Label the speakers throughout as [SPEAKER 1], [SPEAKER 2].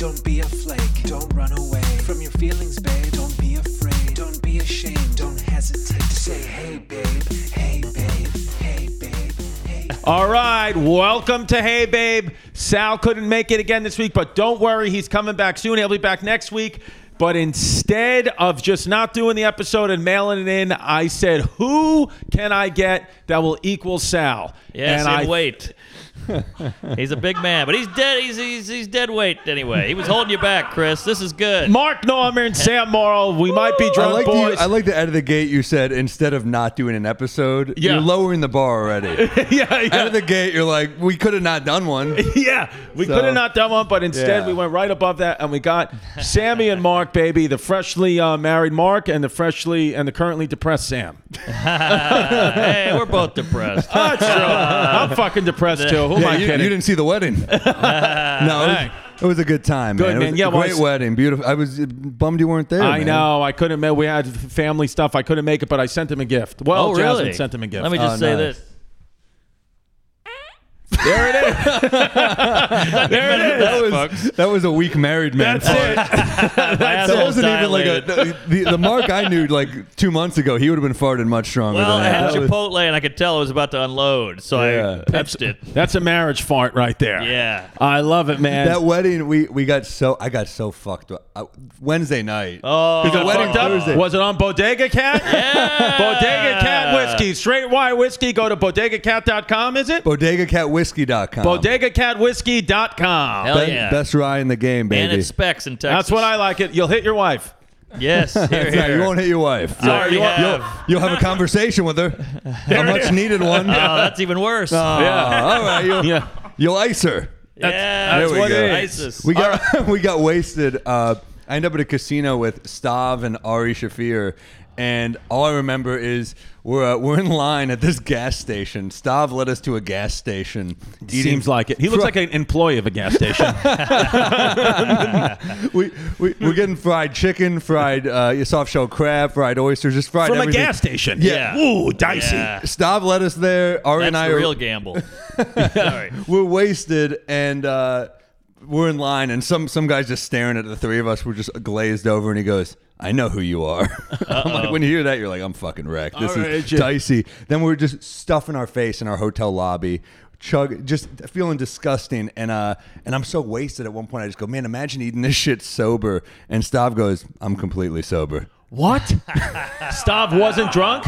[SPEAKER 1] a flake. Don't run away from your feelings, babe. Don't be afraid. Don't be ashamed. Don't hesitate to say, hey, babe. Hey, babe. Hey, babe. Hey.
[SPEAKER 2] All right, welcome to Hey Babe. Sal couldn't make it again this week, but don't worry, he's coming back soon. He'll be back next week. But instead of just not doing the episode and mailing it in, I said, "Who can I get that will equal Sal?"
[SPEAKER 3] Yes,
[SPEAKER 2] and
[SPEAKER 3] and,
[SPEAKER 2] I
[SPEAKER 3] weight. he's a big man, but he's dead. He's, he's he's dead weight anyway. He was holding you back, Chris. This is good.
[SPEAKER 2] Mark Norman, Sam Morrow. We might be
[SPEAKER 4] I
[SPEAKER 2] drunk,
[SPEAKER 4] like,
[SPEAKER 2] boys.
[SPEAKER 4] the, I like the out of the gate you said instead of not doing an episode,
[SPEAKER 2] Yeah.
[SPEAKER 4] you're lowering the bar already.
[SPEAKER 2] yeah, yeah.
[SPEAKER 4] out of the gate, you're like, we could have not done one.
[SPEAKER 2] Yeah, we
[SPEAKER 4] So-
[SPEAKER 2] could have not done one, but instead
[SPEAKER 4] Yeah.
[SPEAKER 2] we went right above that, and we got Sammy and Mark, baby, the freshly uh, married Mark and the freshly and the currently depressed Sam.
[SPEAKER 3] hey, we're both depressed.
[SPEAKER 4] Oh,
[SPEAKER 2] That's true. I'm fucking depressed too. Who am
[SPEAKER 4] Yeah,
[SPEAKER 2] I
[SPEAKER 4] you,
[SPEAKER 2] kidding? Ah,
[SPEAKER 4] you didn't see the wedding. no, it was, it was a good time,
[SPEAKER 2] Good,
[SPEAKER 4] man. It was
[SPEAKER 2] man.
[SPEAKER 4] a
[SPEAKER 2] Yeah, well, I
[SPEAKER 4] great
[SPEAKER 2] s-
[SPEAKER 4] wedding, beautiful. I was uh, bummed you weren't there.
[SPEAKER 2] I
[SPEAKER 4] man.
[SPEAKER 2] know. I couldn't. ma- We had family stuff. I couldn't make it, but I sent him a gift. Well,
[SPEAKER 3] oh, really?
[SPEAKER 2] Jasmine sent him a gift.
[SPEAKER 3] Let me just
[SPEAKER 4] Oh,
[SPEAKER 3] say
[SPEAKER 4] nice.
[SPEAKER 3] this.
[SPEAKER 4] There it is.
[SPEAKER 3] There
[SPEAKER 4] That was, that was a weak married man.
[SPEAKER 2] That's it.
[SPEAKER 3] That
[SPEAKER 4] That wasn't even like a the, the, the Mark I knew like two months ago. He would have been farted much stronger.
[SPEAKER 3] Well, I
[SPEAKER 4] than that.
[SPEAKER 3] had
[SPEAKER 4] That was-
[SPEAKER 3] Chipotle, and I could tell it was about to unload, so
[SPEAKER 4] Yeah.
[SPEAKER 3] I pitched it.
[SPEAKER 2] That's a marriage fart right there.
[SPEAKER 3] Yeah.
[SPEAKER 2] I love it, man.
[SPEAKER 4] that wedding, we, we got so I got so fucked up I, Wednesday night.
[SPEAKER 3] Oh,
[SPEAKER 2] You got
[SPEAKER 4] wedding
[SPEAKER 2] fucked up?
[SPEAKER 4] Thursday.
[SPEAKER 2] Was it on Bodega Cat? Bodega Cat whiskey, straight white whiskey. Go to bodegacat.com. Is it?
[SPEAKER 4] BodegaCatWhiskey.com.
[SPEAKER 2] BodegaCatWhiskey.com.
[SPEAKER 3] Hell
[SPEAKER 4] Be-
[SPEAKER 3] yeah.
[SPEAKER 4] Best rye in the game,
[SPEAKER 3] and
[SPEAKER 4] baby.
[SPEAKER 3] it's specs in Texas.
[SPEAKER 2] That's what I like. It. You'll hit your wife.
[SPEAKER 3] Yes. Here,
[SPEAKER 4] Yeah,
[SPEAKER 3] here.
[SPEAKER 4] you won't hit your wife.
[SPEAKER 3] I already
[SPEAKER 4] you'll,
[SPEAKER 3] have.
[SPEAKER 4] you'll- you'll have a conversation with her. a much needed one.
[SPEAKER 3] Oh, that's even worse.
[SPEAKER 4] Oh, All right. You'll,
[SPEAKER 2] Uh, Yeah.
[SPEAKER 4] you'll ice her.
[SPEAKER 3] yeah,
[SPEAKER 2] that's
[SPEAKER 3] there we
[SPEAKER 2] what
[SPEAKER 3] go.
[SPEAKER 2] it is.
[SPEAKER 3] ISIS.
[SPEAKER 4] We got we got wasted. Uh, I ended up at a casino with Stav and Ari Shafir, and all I remember is we're uh, we're in line at this gas station. Stav led us to a gas station.
[SPEAKER 2] Seems like it. He looks like an employee of a gas station.
[SPEAKER 4] we, we we're getting fried chicken, fried uh, soft shell crab, fried oysters, just fried
[SPEAKER 2] From a
[SPEAKER 4] everything.
[SPEAKER 2] gas station.
[SPEAKER 4] Yeah.
[SPEAKER 2] Ooh, dicey.
[SPEAKER 3] Yeah.
[SPEAKER 4] Stav led us there. Ari
[SPEAKER 3] That's
[SPEAKER 4] and I
[SPEAKER 3] the
[SPEAKER 4] are
[SPEAKER 3] real gamble. Sorry.
[SPEAKER 4] we're wasted and uh, we're in line and some some guy's just staring at the three of us we're just glazed over and he goes i know who you are i'm like when you hear that you're like i'm fucking wrecked this
[SPEAKER 2] All right,
[SPEAKER 4] is
[SPEAKER 2] yeah.
[SPEAKER 4] dicey then we're just stuffing our face in our hotel lobby chug just feeling disgusting and uh and i'm so wasted at one point i just go man imagine eating this shit sober and stav goes i'm completely sober
[SPEAKER 2] What? Stav wasn't drunk?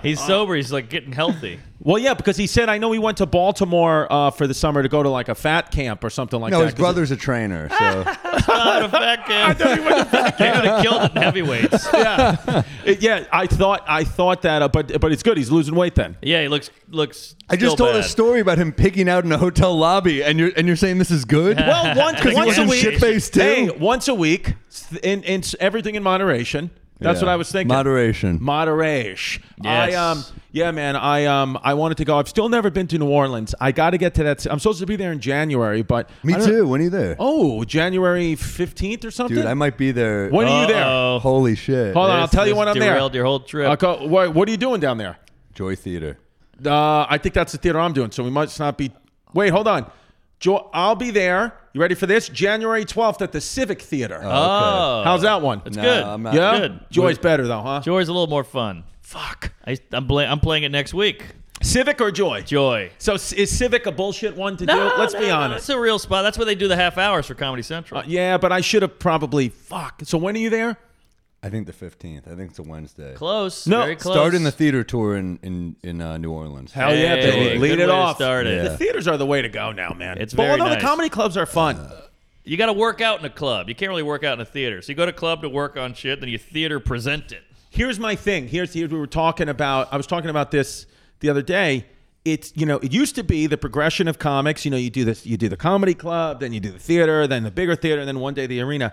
[SPEAKER 3] He's
[SPEAKER 4] Uh,
[SPEAKER 3] sober. He's like getting healthy.
[SPEAKER 2] Well, yeah, because he said, I know he went to Baltimore uh, for the summer to go to like a fat camp or something like
[SPEAKER 4] no
[SPEAKER 2] that.
[SPEAKER 4] his
[SPEAKER 2] 'cause
[SPEAKER 4] brother's a trainer so
[SPEAKER 3] Not a fat kid. I thought he was a fat kid. He would have killed it in heavyweights.
[SPEAKER 2] yeah, It- yeah. I thought I thought that, uh, but but it's good. He's losing weight then.
[SPEAKER 3] Yeah, he looks looks.
[SPEAKER 4] i just
[SPEAKER 3] still
[SPEAKER 4] told a
[SPEAKER 3] bad.
[SPEAKER 4] story about him picking out in a hotel lobby and you're and you're saying this is good
[SPEAKER 2] Well, once,
[SPEAKER 3] Because he
[SPEAKER 2] once a
[SPEAKER 3] wasn't
[SPEAKER 2] week,
[SPEAKER 4] shit-faced, too.
[SPEAKER 2] hey, once a week, in in everything in moderation. That's
[SPEAKER 4] Yeah.
[SPEAKER 2] what I was thinking.
[SPEAKER 4] Moderation.
[SPEAKER 2] Moderation. I
[SPEAKER 3] Yes.
[SPEAKER 2] um yeah man I um I wanted to go. I've still never been to New Orleans. I got to get to that. ci- I'm supposed to be there in January, but
[SPEAKER 4] Me
[SPEAKER 2] I don't-
[SPEAKER 4] too. When are you there?
[SPEAKER 2] Oh, January 15th or something.
[SPEAKER 4] Dude, I might be there. Oh,
[SPEAKER 2] When are you there?
[SPEAKER 3] Uh-oh.
[SPEAKER 4] Holy shit.
[SPEAKER 2] Hold on, I'll
[SPEAKER 3] This-
[SPEAKER 2] tell you
[SPEAKER 3] this
[SPEAKER 2] when I'm there.
[SPEAKER 3] derailed your whole trip.
[SPEAKER 2] I'll go- what, what are you doing down there?
[SPEAKER 4] Joy Theater.
[SPEAKER 2] Uh, I think that's the theater I'm doing, so we must not be. Wait, hold on. Jo- I'll be there. You ready for this? January 12th at the Civic Theater.
[SPEAKER 3] Oh,
[SPEAKER 2] How's that one?
[SPEAKER 3] It's
[SPEAKER 4] Nah,
[SPEAKER 3] good.
[SPEAKER 4] I'm not-
[SPEAKER 2] yeah,
[SPEAKER 3] good.
[SPEAKER 2] Joy's better though, huh?
[SPEAKER 3] Joy's a little more fun.
[SPEAKER 2] Fuck.
[SPEAKER 3] I, I'm, bla- I'm playing it next week.
[SPEAKER 2] Civic or Joy?
[SPEAKER 3] Joy.
[SPEAKER 2] So c- is Civic a bullshit one to do? Let's
[SPEAKER 3] no,
[SPEAKER 2] be
[SPEAKER 3] no,
[SPEAKER 2] honest.
[SPEAKER 3] It's a real spot. That's where they do the half hours for Comedy Central.
[SPEAKER 2] Uh, yeah, but I should have probably. Fuck. So when are you there?
[SPEAKER 4] I think the 15th. I think it's a Wednesday.
[SPEAKER 3] close.
[SPEAKER 2] No.
[SPEAKER 3] Very close.
[SPEAKER 4] Starting the theater tour in, in, in uh, New Orleans.
[SPEAKER 2] Hell yeah,
[SPEAKER 3] Hey,
[SPEAKER 2] baby.
[SPEAKER 3] good
[SPEAKER 2] Lead
[SPEAKER 3] way
[SPEAKER 2] it
[SPEAKER 3] to
[SPEAKER 2] off.
[SPEAKER 3] start it.
[SPEAKER 2] The theaters are the way to go now, man.
[SPEAKER 3] It's
[SPEAKER 2] but
[SPEAKER 3] very
[SPEAKER 2] although
[SPEAKER 3] nice.
[SPEAKER 2] the comedy clubs are fun.
[SPEAKER 3] You got to work out in a club. You can't really work out in a theater. So you go to club to work on shit, then you theater present it.
[SPEAKER 2] here's my thing. Here's here we were talking about. I was talking about this the other day. It's you know it used to be the progression of comics. You know you do this, you do the comedy club, then you do the theater, then the bigger theater, and then one day the arena.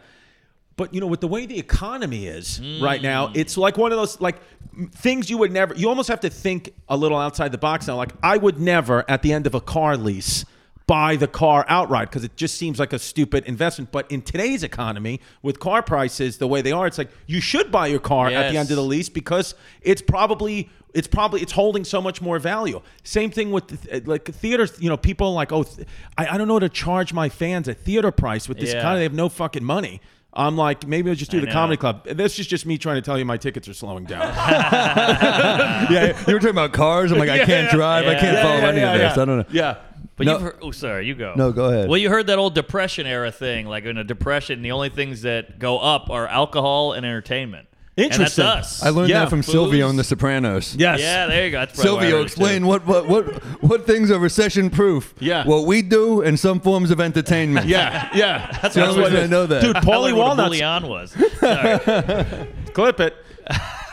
[SPEAKER 2] But you know with the way the economy is right now,
[SPEAKER 3] Mm.
[SPEAKER 2] it's like one of those like m- things you would never. You almost have to think a little outside the box now. Like I would never at the end of a car lease buy the car outright because it just seems like a stupid investment. But in today's economy, with car prices the way they are, it's like you should buy your car at the
[SPEAKER 3] Yes.
[SPEAKER 2] end of the lease because it's probably it's probably it's holding so much more value. Same thing with the th- like theaters. You know, people like oh, th- I, I don't know how to charge my fans a theater price with this
[SPEAKER 3] Yeah.
[SPEAKER 2] kind of they have no fucking money. I'm like, maybe I'll just do the
[SPEAKER 3] know.
[SPEAKER 2] comedy club. This is just me trying to tell you my tickets are slowing down.
[SPEAKER 4] yeah, you were talking about cars. I'm like, I can't drive. I
[SPEAKER 3] yeah,
[SPEAKER 4] can't
[SPEAKER 3] yeah,
[SPEAKER 4] follow
[SPEAKER 2] yeah,
[SPEAKER 4] any
[SPEAKER 2] yeah,
[SPEAKER 4] of this.
[SPEAKER 2] yeah.
[SPEAKER 4] I don't know.
[SPEAKER 2] yeah.
[SPEAKER 3] But
[SPEAKER 4] No.
[SPEAKER 3] you've heard, oh, sorry, you go.
[SPEAKER 4] No, go ahead.
[SPEAKER 3] Well, you heard that old depression era thing. Like in a depression, the only things that go up are alcohol and entertainment.
[SPEAKER 2] Interesting.
[SPEAKER 3] And that's us.
[SPEAKER 4] I learned
[SPEAKER 2] Yeah,
[SPEAKER 4] that from
[SPEAKER 3] booze.
[SPEAKER 4] Silvio in The Sopranos.
[SPEAKER 2] Yes.
[SPEAKER 3] Yeah, there you go. That's probably why I
[SPEAKER 4] Silvio,
[SPEAKER 3] heard it,
[SPEAKER 4] explain
[SPEAKER 3] too.
[SPEAKER 4] what, what what what things are recession proof.
[SPEAKER 2] Yeah.
[SPEAKER 4] What we do and some forms of entertainment.
[SPEAKER 2] Yeah, yeah. That's
[SPEAKER 4] The only reason I know that.
[SPEAKER 2] Dude,
[SPEAKER 3] I learned
[SPEAKER 2] Paulie
[SPEAKER 3] what a
[SPEAKER 2] Walnuts,
[SPEAKER 3] Bouillon was. Sorry.
[SPEAKER 2] clip it.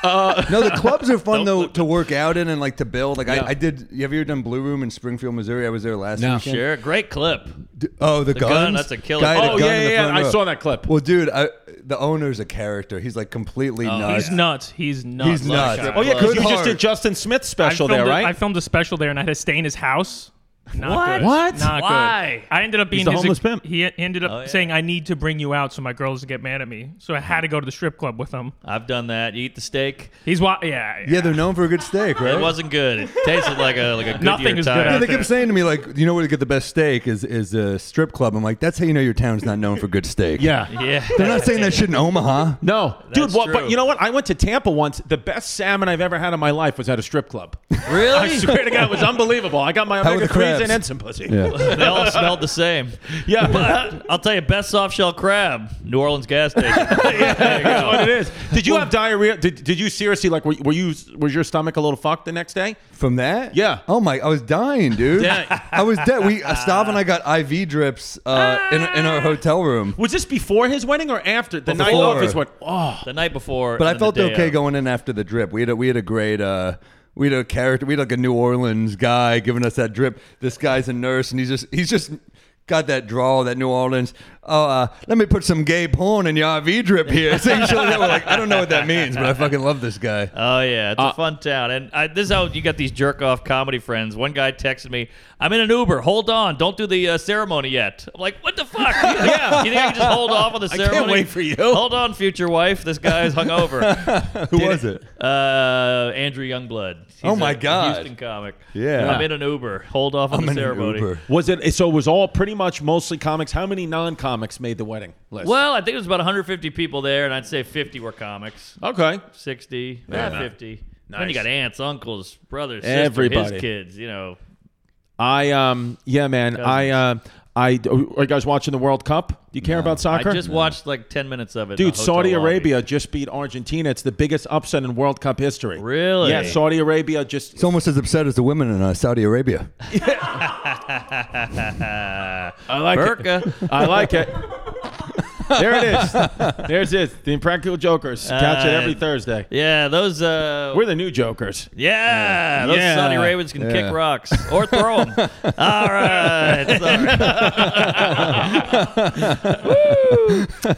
[SPEAKER 4] No, the clubs are fun
[SPEAKER 3] Don't
[SPEAKER 4] though
[SPEAKER 3] look-
[SPEAKER 4] to work out in and like to build. Like
[SPEAKER 2] Yeah.
[SPEAKER 4] I, I did. You ever done Blue Room in Springfield, Missouri? I was there last
[SPEAKER 2] No.
[SPEAKER 4] weekend.
[SPEAKER 3] sure, great clip.
[SPEAKER 4] D- Oh, the,
[SPEAKER 3] gun,
[SPEAKER 4] guns?
[SPEAKER 3] that's a killer.
[SPEAKER 4] Guy had a
[SPEAKER 2] Oh,
[SPEAKER 4] gun
[SPEAKER 2] yeah,
[SPEAKER 4] in the
[SPEAKER 2] yeah,
[SPEAKER 4] front
[SPEAKER 2] yeah, I
[SPEAKER 4] row.
[SPEAKER 2] saw that clip.
[SPEAKER 4] Well, dude, I, the owner's a character. He's like completely nuts.
[SPEAKER 5] He's nuts. He's nuts.
[SPEAKER 4] He's nuts.
[SPEAKER 3] guy.
[SPEAKER 2] Oh yeah, because
[SPEAKER 4] Good
[SPEAKER 2] you just
[SPEAKER 4] heart.
[SPEAKER 2] did Justin Smith's
[SPEAKER 5] I
[SPEAKER 2] special
[SPEAKER 5] filmed
[SPEAKER 2] there,
[SPEAKER 5] a-
[SPEAKER 2] right?
[SPEAKER 5] I filmed a special there, and I had to stay in his house. Not
[SPEAKER 3] What?
[SPEAKER 5] Good.
[SPEAKER 2] What?
[SPEAKER 5] Not
[SPEAKER 3] Why? Oh,
[SPEAKER 5] Good. I ended up being
[SPEAKER 2] the
[SPEAKER 5] his
[SPEAKER 2] homeless pimp.
[SPEAKER 5] He ended up saying, "I need to bring you out so my girls get mad at me." So I had to go to the strip club with him.
[SPEAKER 3] I've done that. You eat the steak.
[SPEAKER 5] He's wa- yeah, yeah.
[SPEAKER 4] Yeah, they're known for a good steak, right?
[SPEAKER 3] It wasn't good. It tasted like a like a good
[SPEAKER 5] Nothing is good
[SPEAKER 4] Yeah,
[SPEAKER 5] out
[SPEAKER 4] they
[SPEAKER 5] there.
[SPEAKER 4] kept saying to me like, you know where to get the best steak is is a strip club. I'm like, that's how you know your town's not known for good steak.
[SPEAKER 2] yeah.
[SPEAKER 3] Yeah.
[SPEAKER 4] they're not saying that shit in Omaha.
[SPEAKER 2] No, dude.
[SPEAKER 3] That's
[SPEAKER 2] What, but
[SPEAKER 3] true.
[SPEAKER 2] you know what? I went to Tampa once. The best salmon I've ever had in my life was at a strip club.
[SPEAKER 3] Really?
[SPEAKER 2] I swear to God, it was unbelievable. I got my
[SPEAKER 4] were
[SPEAKER 2] omega
[SPEAKER 4] the
[SPEAKER 2] threes and
[SPEAKER 4] crabs?
[SPEAKER 2] and some pussy.
[SPEAKER 3] they all smelled the same.
[SPEAKER 2] Yeah,
[SPEAKER 3] But I'll tell you, best soft shell crab, New Orleans gas station. There you
[SPEAKER 2] that's
[SPEAKER 3] go.
[SPEAKER 2] what it is. Did you have diarrhea? Did, did you seriously like? Were, were you? Was your stomach a little fucked the next day?
[SPEAKER 4] From that?
[SPEAKER 2] Yeah.
[SPEAKER 4] Oh my, I was dying, dude.
[SPEAKER 3] Yeah.
[SPEAKER 4] I was dead. We uh, Stav and I got IV drips uh, in in our hotel room.
[SPEAKER 2] Was this before his wedding or after the night
[SPEAKER 4] Before.
[SPEAKER 2] of his wedding? Oh,
[SPEAKER 3] The night before.
[SPEAKER 4] But
[SPEAKER 3] and
[SPEAKER 4] I
[SPEAKER 3] then
[SPEAKER 4] felt
[SPEAKER 3] the day
[SPEAKER 4] okay
[SPEAKER 3] of.
[SPEAKER 4] going in after the drip. We had a, we had a great uh, we had a character. We had like a New Orleans guy giving us that drip. This guy's a nurse, and he's just he's just got that drawl, that New Orleans. Oh, uh, let me put some gay porn in your IV drip here. So you should- we're like, I don't know what that means, but I fucking love this guy.
[SPEAKER 3] Oh yeah, it's
[SPEAKER 4] Uh,
[SPEAKER 3] a fun town, and I, this is how you got these jerk off comedy friends. One guy texted me, "I'm in an Uber. Hold on, don't do the uh, ceremony yet." I'm like, "What the fuck? You think, you think I can just hold off on the ceremony?
[SPEAKER 2] wait for you.
[SPEAKER 3] Hold on, future wife. This guy's hungover.
[SPEAKER 4] Who was it?
[SPEAKER 3] Uh, Andrew Youngblood. He's
[SPEAKER 4] Oh, my
[SPEAKER 3] a
[SPEAKER 4] God.
[SPEAKER 3] Houston comic.
[SPEAKER 4] Yeah.
[SPEAKER 3] I'm in an Uber. Hold off on
[SPEAKER 4] I'm
[SPEAKER 3] the
[SPEAKER 4] in an
[SPEAKER 3] ceremony.
[SPEAKER 4] Uber.
[SPEAKER 2] Was it so? It was all pretty much mostly comics. How many non-comics made the wedding list?
[SPEAKER 3] Well, I think it was about 150 people there, and I'd say 50 were comics,
[SPEAKER 2] okay,
[SPEAKER 3] 60,
[SPEAKER 2] Yeah.
[SPEAKER 3] eh, 50. Then
[SPEAKER 2] Nice.
[SPEAKER 3] you got aunts, uncles, brothers, sister,
[SPEAKER 2] Everybody.
[SPEAKER 3] his kids. You know,
[SPEAKER 2] I um yeah man I uh I are you guys watching the World Cup? Do you care about soccer?
[SPEAKER 3] I just watched like 10 minutes of it. in a
[SPEAKER 2] Dude,
[SPEAKER 3] hotel
[SPEAKER 2] Saudi
[SPEAKER 3] lobby.
[SPEAKER 2] Arabia just beat Argentina. It's the biggest upset in World Cup history.
[SPEAKER 3] Really?
[SPEAKER 2] Yeah, Saudi Arabia just
[SPEAKER 4] It's almost as upset as the women in uh, Saudi Arabia.
[SPEAKER 2] I like
[SPEAKER 3] Burka.
[SPEAKER 2] it. I like it. there it is. There's it. The Impractical Jokers. Catch it every
[SPEAKER 3] Uh,
[SPEAKER 2] Thursday.
[SPEAKER 3] Yeah, those. Uh,
[SPEAKER 2] We're the new Jokers.
[SPEAKER 3] yeah, those
[SPEAKER 2] Yeah.
[SPEAKER 3] Saudi Arabians can
[SPEAKER 4] Yeah.
[SPEAKER 3] kick rocks or throw them. All right. sorry.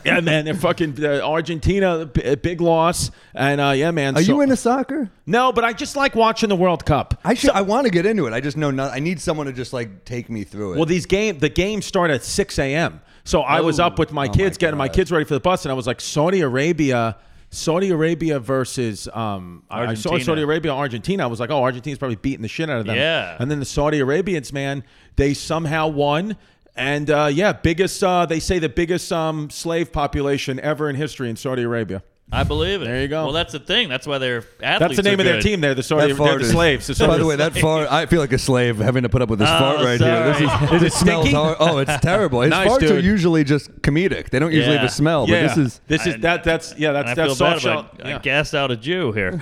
[SPEAKER 2] Yeah, man. They're fucking uh, Argentina. b- a Big loss. And uh, yeah, man.
[SPEAKER 4] Are
[SPEAKER 2] so-
[SPEAKER 4] you into soccer?
[SPEAKER 2] No, but I just like watching the World Cup.
[SPEAKER 4] I should. I want to get into it. I just know. Not, I need someone to just like take me through it.
[SPEAKER 2] Well, these game the games start at six a.m. So I was
[SPEAKER 3] Oh
[SPEAKER 2] up with my kids, getting my kids ready for the bus, and I was like, Saudi Arabia, Saudi Arabia versus um, I- I saw
[SPEAKER 3] Argentina.
[SPEAKER 2] Saudi Arabia, Argentina. I was like, oh, Argentina's probably beating the shit out of them.
[SPEAKER 3] Yeah.
[SPEAKER 2] And then the Saudi Arabians, man, they somehow won. And uh, yeah, biggest. Uh, they say the biggest um, slave population ever in history in Saudi Arabia.
[SPEAKER 3] I believe it.
[SPEAKER 2] There you go.
[SPEAKER 3] Well, that's the thing. That's why they're athletes.
[SPEAKER 2] That's the name
[SPEAKER 3] are
[SPEAKER 2] of their
[SPEAKER 3] good.
[SPEAKER 2] team. There, the Saudi.
[SPEAKER 4] That
[SPEAKER 2] They're
[SPEAKER 4] fart
[SPEAKER 2] the
[SPEAKER 4] is-
[SPEAKER 2] slaves. the
[SPEAKER 4] By
[SPEAKER 2] Saudi-
[SPEAKER 4] the way, that fart, I feel like a slave having to put up with this fart right here. This is,
[SPEAKER 2] Is it
[SPEAKER 4] it smells
[SPEAKER 2] stinky?
[SPEAKER 4] hor- Oh, it's terrible. His
[SPEAKER 2] Nice,
[SPEAKER 4] farts are
[SPEAKER 2] dude.
[SPEAKER 4] usually just comedic. They don't usually have
[SPEAKER 3] Yeah.
[SPEAKER 4] a smell,
[SPEAKER 2] yeah,
[SPEAKER 4] but this is.
[SPEAKER 2] this is that. That's yeah.
[SPEAKER 3] And
[SPEAKER 2] That's
[SPEAKER 3] I
[SPEAKER 2] that's
[SPEAKER 3] feel
[SPEAKER 2] soft
[SPEAKER 3] bad
[SPEAKER 2] shell.
[SPEAKER 3] about
[SPEAKER 2] Yeah.
[SPEAKER 3] I gassed out a Jew here.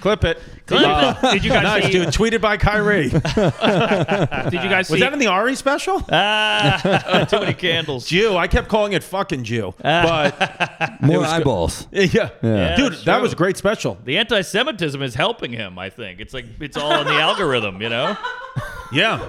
[SPEAKER 2] Clip it.
[SPEAKER 3] Clip
[SPEAKER 2] Uh,
[SPEAKER 3] it.
[SPEAKER 5] Did you guys
[SPEAKER 2] Nice,
[SPEAKER 5] see?
[SPEAKER 2] dude. Tweeted by Kyrie.
[SPEAKER 5] Did you guys
[SPEAKER 2] Was
[SPEAKER 5] see?
[SPEAKER 2] that in the Ari special?
[SPEAKER 3] ah, too many candles.
[SPEAKER 2] Jew. I kept calling it fucking Jew. But
[SPEAKER 4] More eyeballs.
[SPEAKER 2] Uh, yeah.
[SPEAKER 4] Yeah,
[SPEAKER 2] Dude,
[SPEAKER 3] that's
[SPEAKER 2] that
[SPEAKER 3] true.
[SPEAKER 2] was a great special.
[SPEAKER 3] The anti-Semitism is helping him. I think it's like it's all in the algorithm. You know.
[SPEAKER 2] Yeah.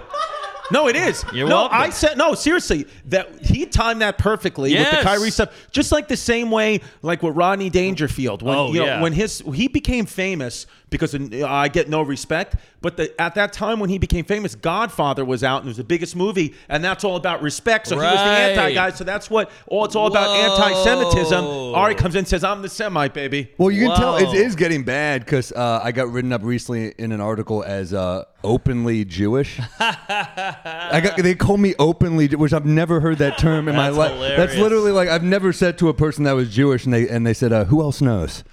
[SPEAKER 2] No, it is.
[SPEAKER 3] You're
[SPEAKER 2] no,
[SPEAKER 3] welcome.
[SPEAKER 2] I said no. Seriously, that he timed that perfectly with
[SPEAKER 3] Yes.
[SPEAKER 2] the Kyrie stuff. Just like the same way, like with Rodney Dangerfield, when
[SPEAKER 3] Oh,
[SPEAKER 2] you know,
[SPEAKER 3] yeah.
[SPEAKER 2] when his he became famous because uh, I get no respect. But the, at that time when he became famous, Godfather was out and it was the biggest movie, and that's all about respect. So he was the
[SPEAKER 3] Right.
[SPEAKER 2] anti guy. So that's what all it's all about anti-Semitism. Ari comes in and says, "I'm the Semite, baby."
[SPEAKER 4] Well, you can tell
[SPEAKER 3] Wow.
[SPEAKER 4] it is getting bad because uh, I got written up recently in an article as uh, openly Jewish. I got they call me openly, Jew- which I've never heard that term in my
[SPEAKER 3] That's
[SPEAKER 4] life. That's
[SPEAKER 3] hilarious.
[SPEAKER 4] literally like I've never said to a person that was Jewish, and they and they said, uh, "Who else knows?"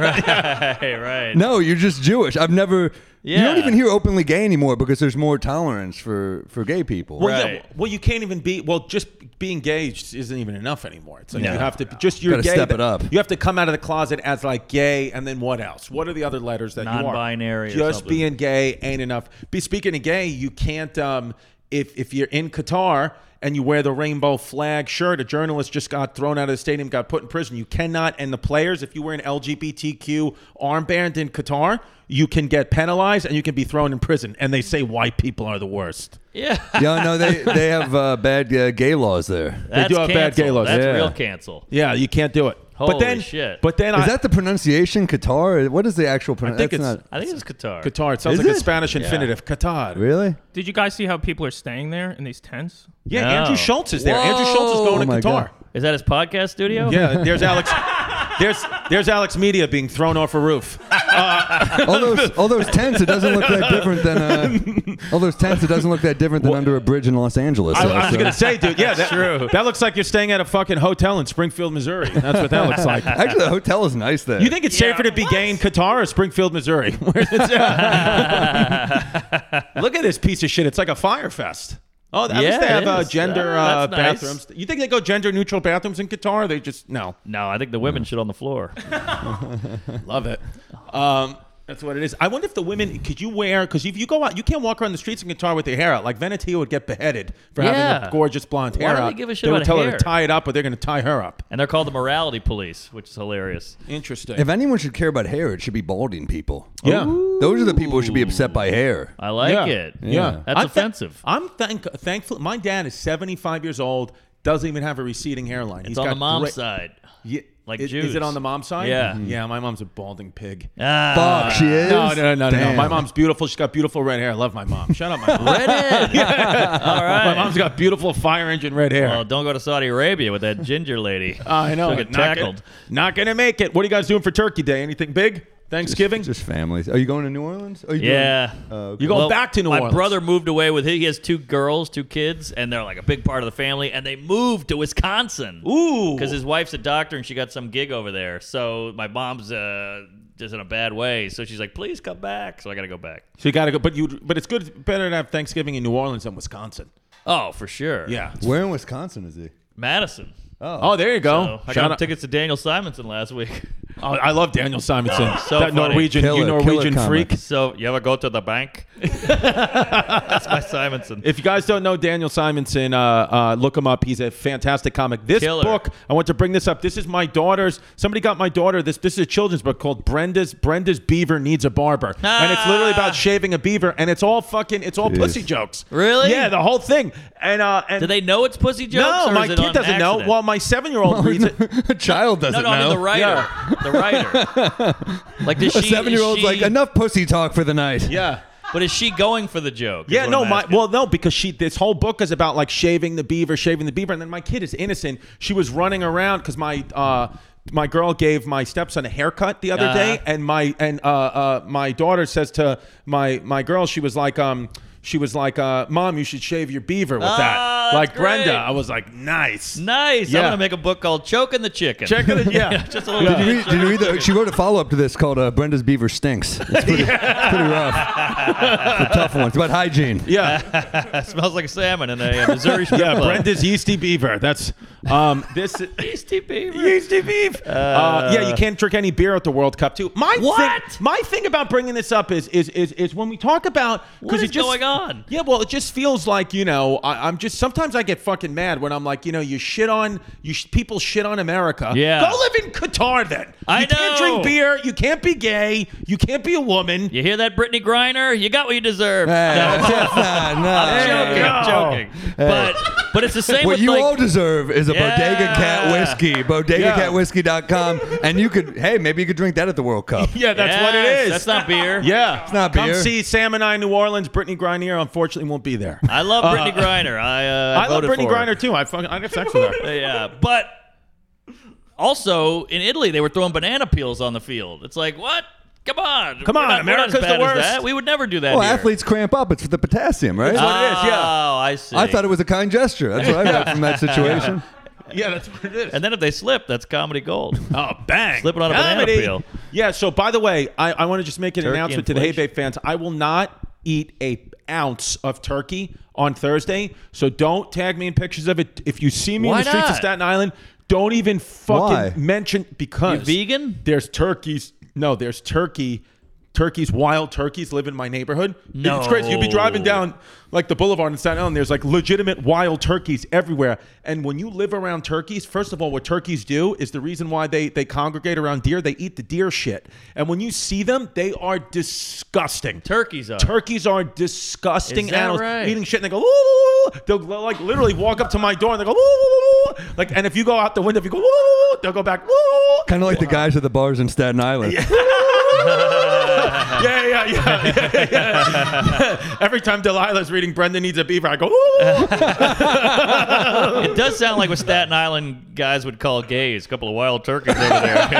[SPEAKER 3] Hey, right.
[SPEAKER 4] no, you're just Jewish. I've never. You don't
[SPEAKER 3] Yeah.
[SPEAKER 4] even hear openly gay anymore because there's more tolerance for for gay people.
[SPEAKER 2] Well, yeah,
[SPEAKER 3] Right.
[SPEAKER 2] well, you can't even be. Well, just being gay just isn't even enough anymore. It's like
[SPEAKER 4] No.
[SPEAKER 2] you have to just you're
[SPEAKER 4] Gotta
[SPEAKER 2] gay.
[SPEAKER 4] step
[SPEAKER 2] but
[SPEAKER 4] it up.
[SPEAKER 2] You have to come out of the closet as like gay, and then what else? What are the other letters that you are?
[SPEAKER 3] Non-binary or
[SPEAKER 2] Just
[SPEAKER 3] something.
[SPEAKER 2] being gay ain't enough. Be speaking of gay, you can't. Um, if if you're in Qatar and you wear the rainbow flag shirt, a journalist just got thrown out of the stadium, got put in prison. You cannot. And the players, if you wear an LGBTQ armband in Qatar, you can get penalized and you can be thrown in prison. And they say white people are the worst.
[SPEAKER 3] Yeah.
[SPEAKER 4] yeah, no, they they have uh, bad uh, gay laws there.
[SPEAKER 3] That's
[SPEAKER 2] do have bad
[SPEAKER 3] cancel.
[SPEAKER 2] gay laws,
[SPEAKER 3] That's
[SPEAKER 4] yeah.
[SPEAKER 3] real cancel.
[SPEAKER 2] Yeah, you can't do it. but
[SPEAKER 3] Holy
[SPEAKER 2] then,
[SPEAKER 3] shit.
[SPEAKER 2] But then I
[SPEAKER 4] Is that the pronunciation Qatar? What is the actual
[SPEAKER 2] think
[SPEAKER 4] pronunciation?
[SPEAKER 2] it's-
[SPEAKER 3] I think it's Qatar.
[SPEAKER 2] Qatar. It sounds
[SPEAKER 4] Is
[SPEAKER 2] like
[SPEAKER 4] it?
[SPEAKER 2] a Spanish infinitive. Qatar.
[SPEAKER 4] really.
[SPEAKER 5] Did you guys see how people are staying there in these tents?
[SPEAKER 2] Yeah,
[SPEAKER 3] No.
[SPEAKER 2] Andrew Schultz is there. Andrew Schultz is
[SPEAKER 4] Oh
[SPEAKER 2] going
[SPEAKER 4] my
[SPEAKER 2] to Qatar.
[SPEAKER 4] God.
[SPEAKER 3] Is that his podcast studio?
[SPEAKER 2] Yeah, there's Alex. There's there's Alex Media being thrown off a roof.
[SPEAKER 4] all those all those tents, it doesn't look that different than uh, all those tents. It doesn't look that different than under a bridge in Los Angeles.
[SPEAKER 2] I,
[SPEAKER 4] So-
[SPEAKER 2] I was
[SPEAKER 4] so-
[SPEAKER 2] gonna say, dude. Yeah, that,
[SPEAKER 3] true.
[SPEAKER 2] That looks like you're staying at a fucking hotel in Springfield, Missouri. That's what that looks like.
[SPEAKER 4] actually, the hotel is nice there.
[SPEAKER 2] You think it's safer to be gay in Qatar or Springfield, Missouri? Where's it- Look at this piece of shit. It's like a fire fest. Oh, at least
[SPEAKER 3] Yeah,
[SPEAKER 2] they
[SPEAKER 3] it
[SPEAKER 2] have uh,
[SPEAKER 3] is.
[SPEAKER 2] gender
[SPEAKER 3] Yeah,
[SPEAKER 2] uh,
[SPEAKER 3] that's nice.
[SPEAKER 2] bathrooms. You think they go gender neutral bathrooms in Qatar? Or they just no.
[SPEAKER 3] No, I think the women shit on the floor.
[SPEAKER 2] Love it. Um, that's what it is. I wonder if the women could you wear because if you go out, you can't walk around the streets in Qatar with your hair out. Like Venetia would get beheaded for having
[SPEAKER 3] Yeah.
[SPEAKER 2] a gorgeous blonde
[SPEAKER 3] Why
[SPEAKER 2] hair
[SPEAKER 3] do they
[SPEAKER 2] out.
[SPEAKER 3] give a shit
[SPEAKER 2] would
[SPEAKER 3] about
[SPEAKER 2] tell her
[SPEAKER 3] hair?
[SPEAKER 2] to tie it up, or they're going to tie her up.
[SPEAKER 3] and they're called the morality police, which is hilarious.
[SPEAKER 2] Interesting.
[SPEAKER 4] if anyone should care about hair, it should be balding people.
[SPEAKER 2] yeah. Uh,
[SPEAKER 4] Those are the people who should be upset by hair.
[SPEAKER 3] I like
[SPEAKER 2] yeah.
[SPEAKER 3] it.
[SPEAKER 2] Yeah.
[SPEAKER 3] That's
[SPEAKER 2] I'm thank-
[SPEAKER 3] offensive.
[SPEAKER 2] I'm thank- thankful. My dad is 75 years old. Doesn't even have a receding hairline.
[SPEAKER 3] It's on the mom's side.
[SPEAKER 2] Yeah,
[SPEAKER 3] like
[SPEAKER 2] is, Is
[SPEAKER 3] Jews.
[SPEAKER 2] it on the mom's side? Mm-hmm.
[SPEAKER 3] Yeah.
[SPEAKER 2] Yeah. My mom's a balding pig.
[SPEAKER 3] Ah,
[SPEAKER 4] Fuck, she is.
[SPEAKER 2] No, no, no, no, no.
[SPEAKER 4] Damn.
[SPEAKER 2] My mom's beautiful. She's got beautiful red hair. I love my mom. Shut up, my mom.
[SPEAKER 3] Red in. All
[SPEAKER 2] My
[SPEAKER 3] right.
[SPEAKER 2] mom's got beautiful fire engine red hair.
[SPEAKER 3] Well, don't go to Saudi Arabia with that ginger lady.
[SPEAKER 2] I know.
[SPEAKER 3] She'll get
[SPEAKER 2] Not gonna-
[SPEAKER 3] tackled.
[SPEAKER 2] Not gonna make it. What are you guys doing for Turkey Day? Anything big? Thanksgiving.
[SPEAKER 4] Just families. Are you going to New Orleans? Are you doing-
[SPEAKER 3] Yeah.
[SPEAKER 4] okay.
[SPEAKER 2] You're going back to New
[SPEAKER 3] my
[SPEAKER 2] Orleans.
[SPEAKER 3] brother moved away with he has two girls, two kids, and they're like a big part of the family, and they moved to Wisconsin.
[SPEAKER 2] Ooh.
[SPEAKER 3] Because his wife's a doctor and she got some gig over there. So my mom's uh, just in a bad way. So she's like, please come back. So I got to go back.
[SPEAKER 2] So you gotta go. But you. But it's good. Better to have Thanksgiving in New Orleans than Wisconsin.
[SPEAKER 3] Oh, for sure.
[SPEAKER 2] Yeah.
[SPEAKER 4] Where in Wisconsin is he?
[SPEAKER 3] Madison.
[SPEAKER 2] Oh, there you go.
[SPEAKER 3] Oh, I
[SPEAKER 2] Shout
[SPEAKER 3] got
[SPEAKER 2] out-
[SPEAKER 3] tickets to Daniel Simonson last week.
[SPEAKER 2] Oh, I love Daniel Simonson.
[SPEAKER 3] So
[SPEAKER 2] that
[SPEAKER 3] funny.
[SPEAKER 2] Norwegian, you
[SPEAKER 4] Killer, killer
[SPEAKER 2] Norwegian
[SPEAKER 4] comic.
[SPEAKER 2] freak.
[SPEAKER 3] So you ever go to the bank? That's my Simonson.
[SPEAKER 2] If you guys don't know Daniel Simonson, uh, uh, look him up. He's a fantastic comic. This
[SPEAKER 3] Killer.
[SPEAKER 2] book, I want to bring this up. This is my daughter's. Somebody got my daughter this. This is a children's book called Brenda's Brenda's Beaver Needs a Barber, and it's literally
[SPEAKER 3] Ah.
[SPEAKER 2] about shaving a beaver, and it's all fucking, it's all pussy jokes.
[SPEAKER 3] Really?
[SPEAKER 2] Yeah, the whole thing. And uh, and
[SPEAKER 3] Do they know it's pussy jokes?
[SPEAKER 2] no,
[SPEAKER 3] or
[SPEAKER 2] my
[SPEAKER 3] is it
[SPEAKER 2] kid
[SPEAKER 3] on
[SPEAKER 2] doesn't know.
[SPEAKER 3] accident?
[SPEAKER 2] Well, my seven-year-old reads it.
[SPEAKER 4] a child doesn't
[SPEAKER 3] no, no, I mean
[SPEAKER 4] know.
[SPEAKER 3] the writer. The writer. like does
[SPEAKER 4] a
[SPEAKER 3] she? is
[SPEAKER 4] seven-year-old's like
[SPEAKER 3] she-
[SPEAKER 4] enough pussy talk for the night.
[SPEAKER 2] Yeah.
[SPEAKER 3] But is she going for the joke? is
[SPEAKER 2] Yeah,
[SPEAKER 3] what
[SPEAKER 2] no,
[SPEAKER 3] I'm
[SPEAKER 2] my
[SPEAKER 3] asking.
[SPEAKER 2] well, no, because she this whole book is about like shaving the beaver, shaving the beaver, and then my kid is innocent. She was running around because my uh, my girl gave my stepson a haircut the other
[SPEAKER 3] Uh-huh.
[SPEAKER 2] day, and my and uh, uh, my daughter says to my my girl, she was like um. She was like, uh, "Mom, you should shave your beaver with
[SPEAKER 3] Ah,
[SPEAKER 2] that."
[SPEAKER 3] that's
[SPEAKER 2] Like Brenda,
[SPEAKER 3] great.
[SPEAKER 2] I was like, "Nice,
[SPEAKER 3] nice.
[SPEAKER 2] Yeah.
[SPEAKER 3] I'm gonna make a book called "Choking the Chicken."
[SPEAKER 2] check it." Yeah,
[SPEAKER 3] Just a little.
[SPEAKER 4] Did you read, did you read the, she wrote a follow up to this called uh, Brenda's Beaver Stinks. It's pretty, pretty rough. It's a tough one. It's about hygiene.
[SPEAKER 2] yeah.
[SPEAKER 3] It smells like salmon in a uh, Missouri strip
[SPEAKER 2] Yeah,
[SPEAKER 3] club.
[SPEAKER 2] Brenda's yeasty beaver. That's um this yeasty beaver. Yeasty beef. Uh, yeah, you can't drink any beer at the World Cup too. My
[SPEAKER 3] What?
[SPEAKER 2] Thing, my thing about bringing this up is is is, is when we talk about
[SPEAKER 3] What
[SPEAKER 2] it
[SPEAKER 3] is
[SPEAKER 2] just,
[SPEAKER 3] going on?
[SPEAKER 2] Yeah, well, it just feels like you know I, I'm just sometimes I get fucking mad when I'm like you know you shit on you sh- people shit on America.
[SPEAKER 3] Yeah.
[SPEAKER 2] go live in Qatar then.
[SPEAKER 3] I
[SPEAKER 2] you can't
[SPEAKER 3] know.
[SPEAKER 2] drink beer. You can't be gay. You can't be a woman.
[SPEAKER 3] You hear that, Brittany Griner? You got what you deserve.
[SPEAKER 4] Hey,
[SPEAKER 3] No,
[SPEAKER 4] that's it. Nah, nah.
[SPEAKER 3] I'm joking. I'm
[SPEAKER 2] Hey.
[SPEAKER 3] joking. But But it's the same
[SPEAKER 4] What
[SPEAKER 3] with
[SPEAKER 4] you
[SPEAKER 3] like,
[SPEAKER 4] all deserve is a Bodega Cat
[SPEAKER 3] Yeah.
[SPEAKER 4] whiskey. BodegaCatWhiskey.com. and you could, hey, maybe you could drink that at the World Cup.
[SPEAKER 2] Yeah, that's what
[SPEAKER 3] Yes,
[SPEAKER 2] it is.
[SPEAKER 3] That's not beer.
[SPEAKER 2] Yeah,
[SPEAKER 4] It's not
[SPEAKER 2] Come
[SPEAKER 4] beer.
[SPEAKER 2] see Sam and I in New Orleans. Brittany Griner unfortunately won't be there.
[SPEAKER 3] I love Brittany Griner. I uh,
[SPEAKER 2] I love
[SPEAKER 3] voted
[SPEAKER 2] Brittany
[SPEAKER 3] for her.
[SPEAKER 2] Griner too. I fucking I got sex with her.
[SPEAKER 3] Yeah, but also in Italy they were throwing banana peels on the field. It's like what? Come on,
[SPEAKER 2] Come
[SPEAKER 3] We're
[SPEAKER 2] on,
[SPEAKER 3] not- we're not as
[SPEAKER 2] America's the
[SPEAKER 3] bad as
[SPEAKER 2] worst.
[SPEAKER 3] that. We would never do that.
[SPEAKER 4] Well,
[SPEAKER 3] here.
[SPEAKER 4] athletes cramp up. It's for the potassium, right?
[SPEAKER 2] what it is, yeah.
[SPEAKER 3] Oh, I see.
[SPEAKER 4] I thought it was a kind gesture. That's what I got from that situation.
[SPEAKER 2] Yeah, that's what it is.
[SPEAKER 3] And then if they slip, that's comedy gold.
[SPEAKER 2] Oh, bang.
[SPEAKER 3] Slip it on a banana
[SPEAKER 2] Comedy.
[SPEAKER 3] peel.
[SPEAKER 2] Yeah, so by the way, I, I want to just make an
[SPEAKER 3] Turkey
[SPEAKER 2] announcement to the Hey
[SPEAKER 3] inflation.
[SPEAKER 2] Babe fans. I will not eat a ounce of turkey on Thursday, so don't tag me in pictures of it. If you see me
[SPEAKER 3] Why
[SPEAKER 2] in the streets of
[SPEAKER 3] not?
[SPEAKER 2] Staten Island, don't even fucking
[SPEAKER 4] Why?
[SPEAKER 2] mention because
[SPEAKER 3] You vegan?
[SPEAKER 2] There's turkeys. No, there's turkey. Turkeys, wild turkeys live in my neighborhood.
[SPEAKER 3] No.
[SPEAKER 2] It's crazy. You'd be driving down like the boulevard in Staten Island. There's like legitimate wild turkeys everywhere. And when you live around turkeys, first of all, what turkeys do is the reason why they, they congregate around deer. They eat the deer shit. And when you see them, they are disgusting.
[SPEAKER 3] Turkeys are.
[SPEAKER 2] Turkeys are disgusting
[SPEAKER 3] Is that
[SPEAKER 2] animals
[SPEAKER 3] right?
[SPEAKER 2] eating shit and they go, "Ooh, ooh, ooh." they'll go, like literally walk up to my door and they go, "Ooh, ooh, ooh, ooh." like, and if you go out the window, if you go, "Ooh, ooh, ooh," they'll go back, "Ooh, ooh, ooh."
[SPEAKER 4] kind of like the guys at the bars in Staten Island.
[SPEAKER 3] Uh-huh.
[SPEAKER 2] yeah, yeah, yeah, yeah, yeah, yeah. Every time Delilah's reading Brenda Needs a Beaver, I go, ooh.
[SPEAKER 3] It does sound like what Staten Island guys would call gays. A couple of wild turkeys over there. Watch out,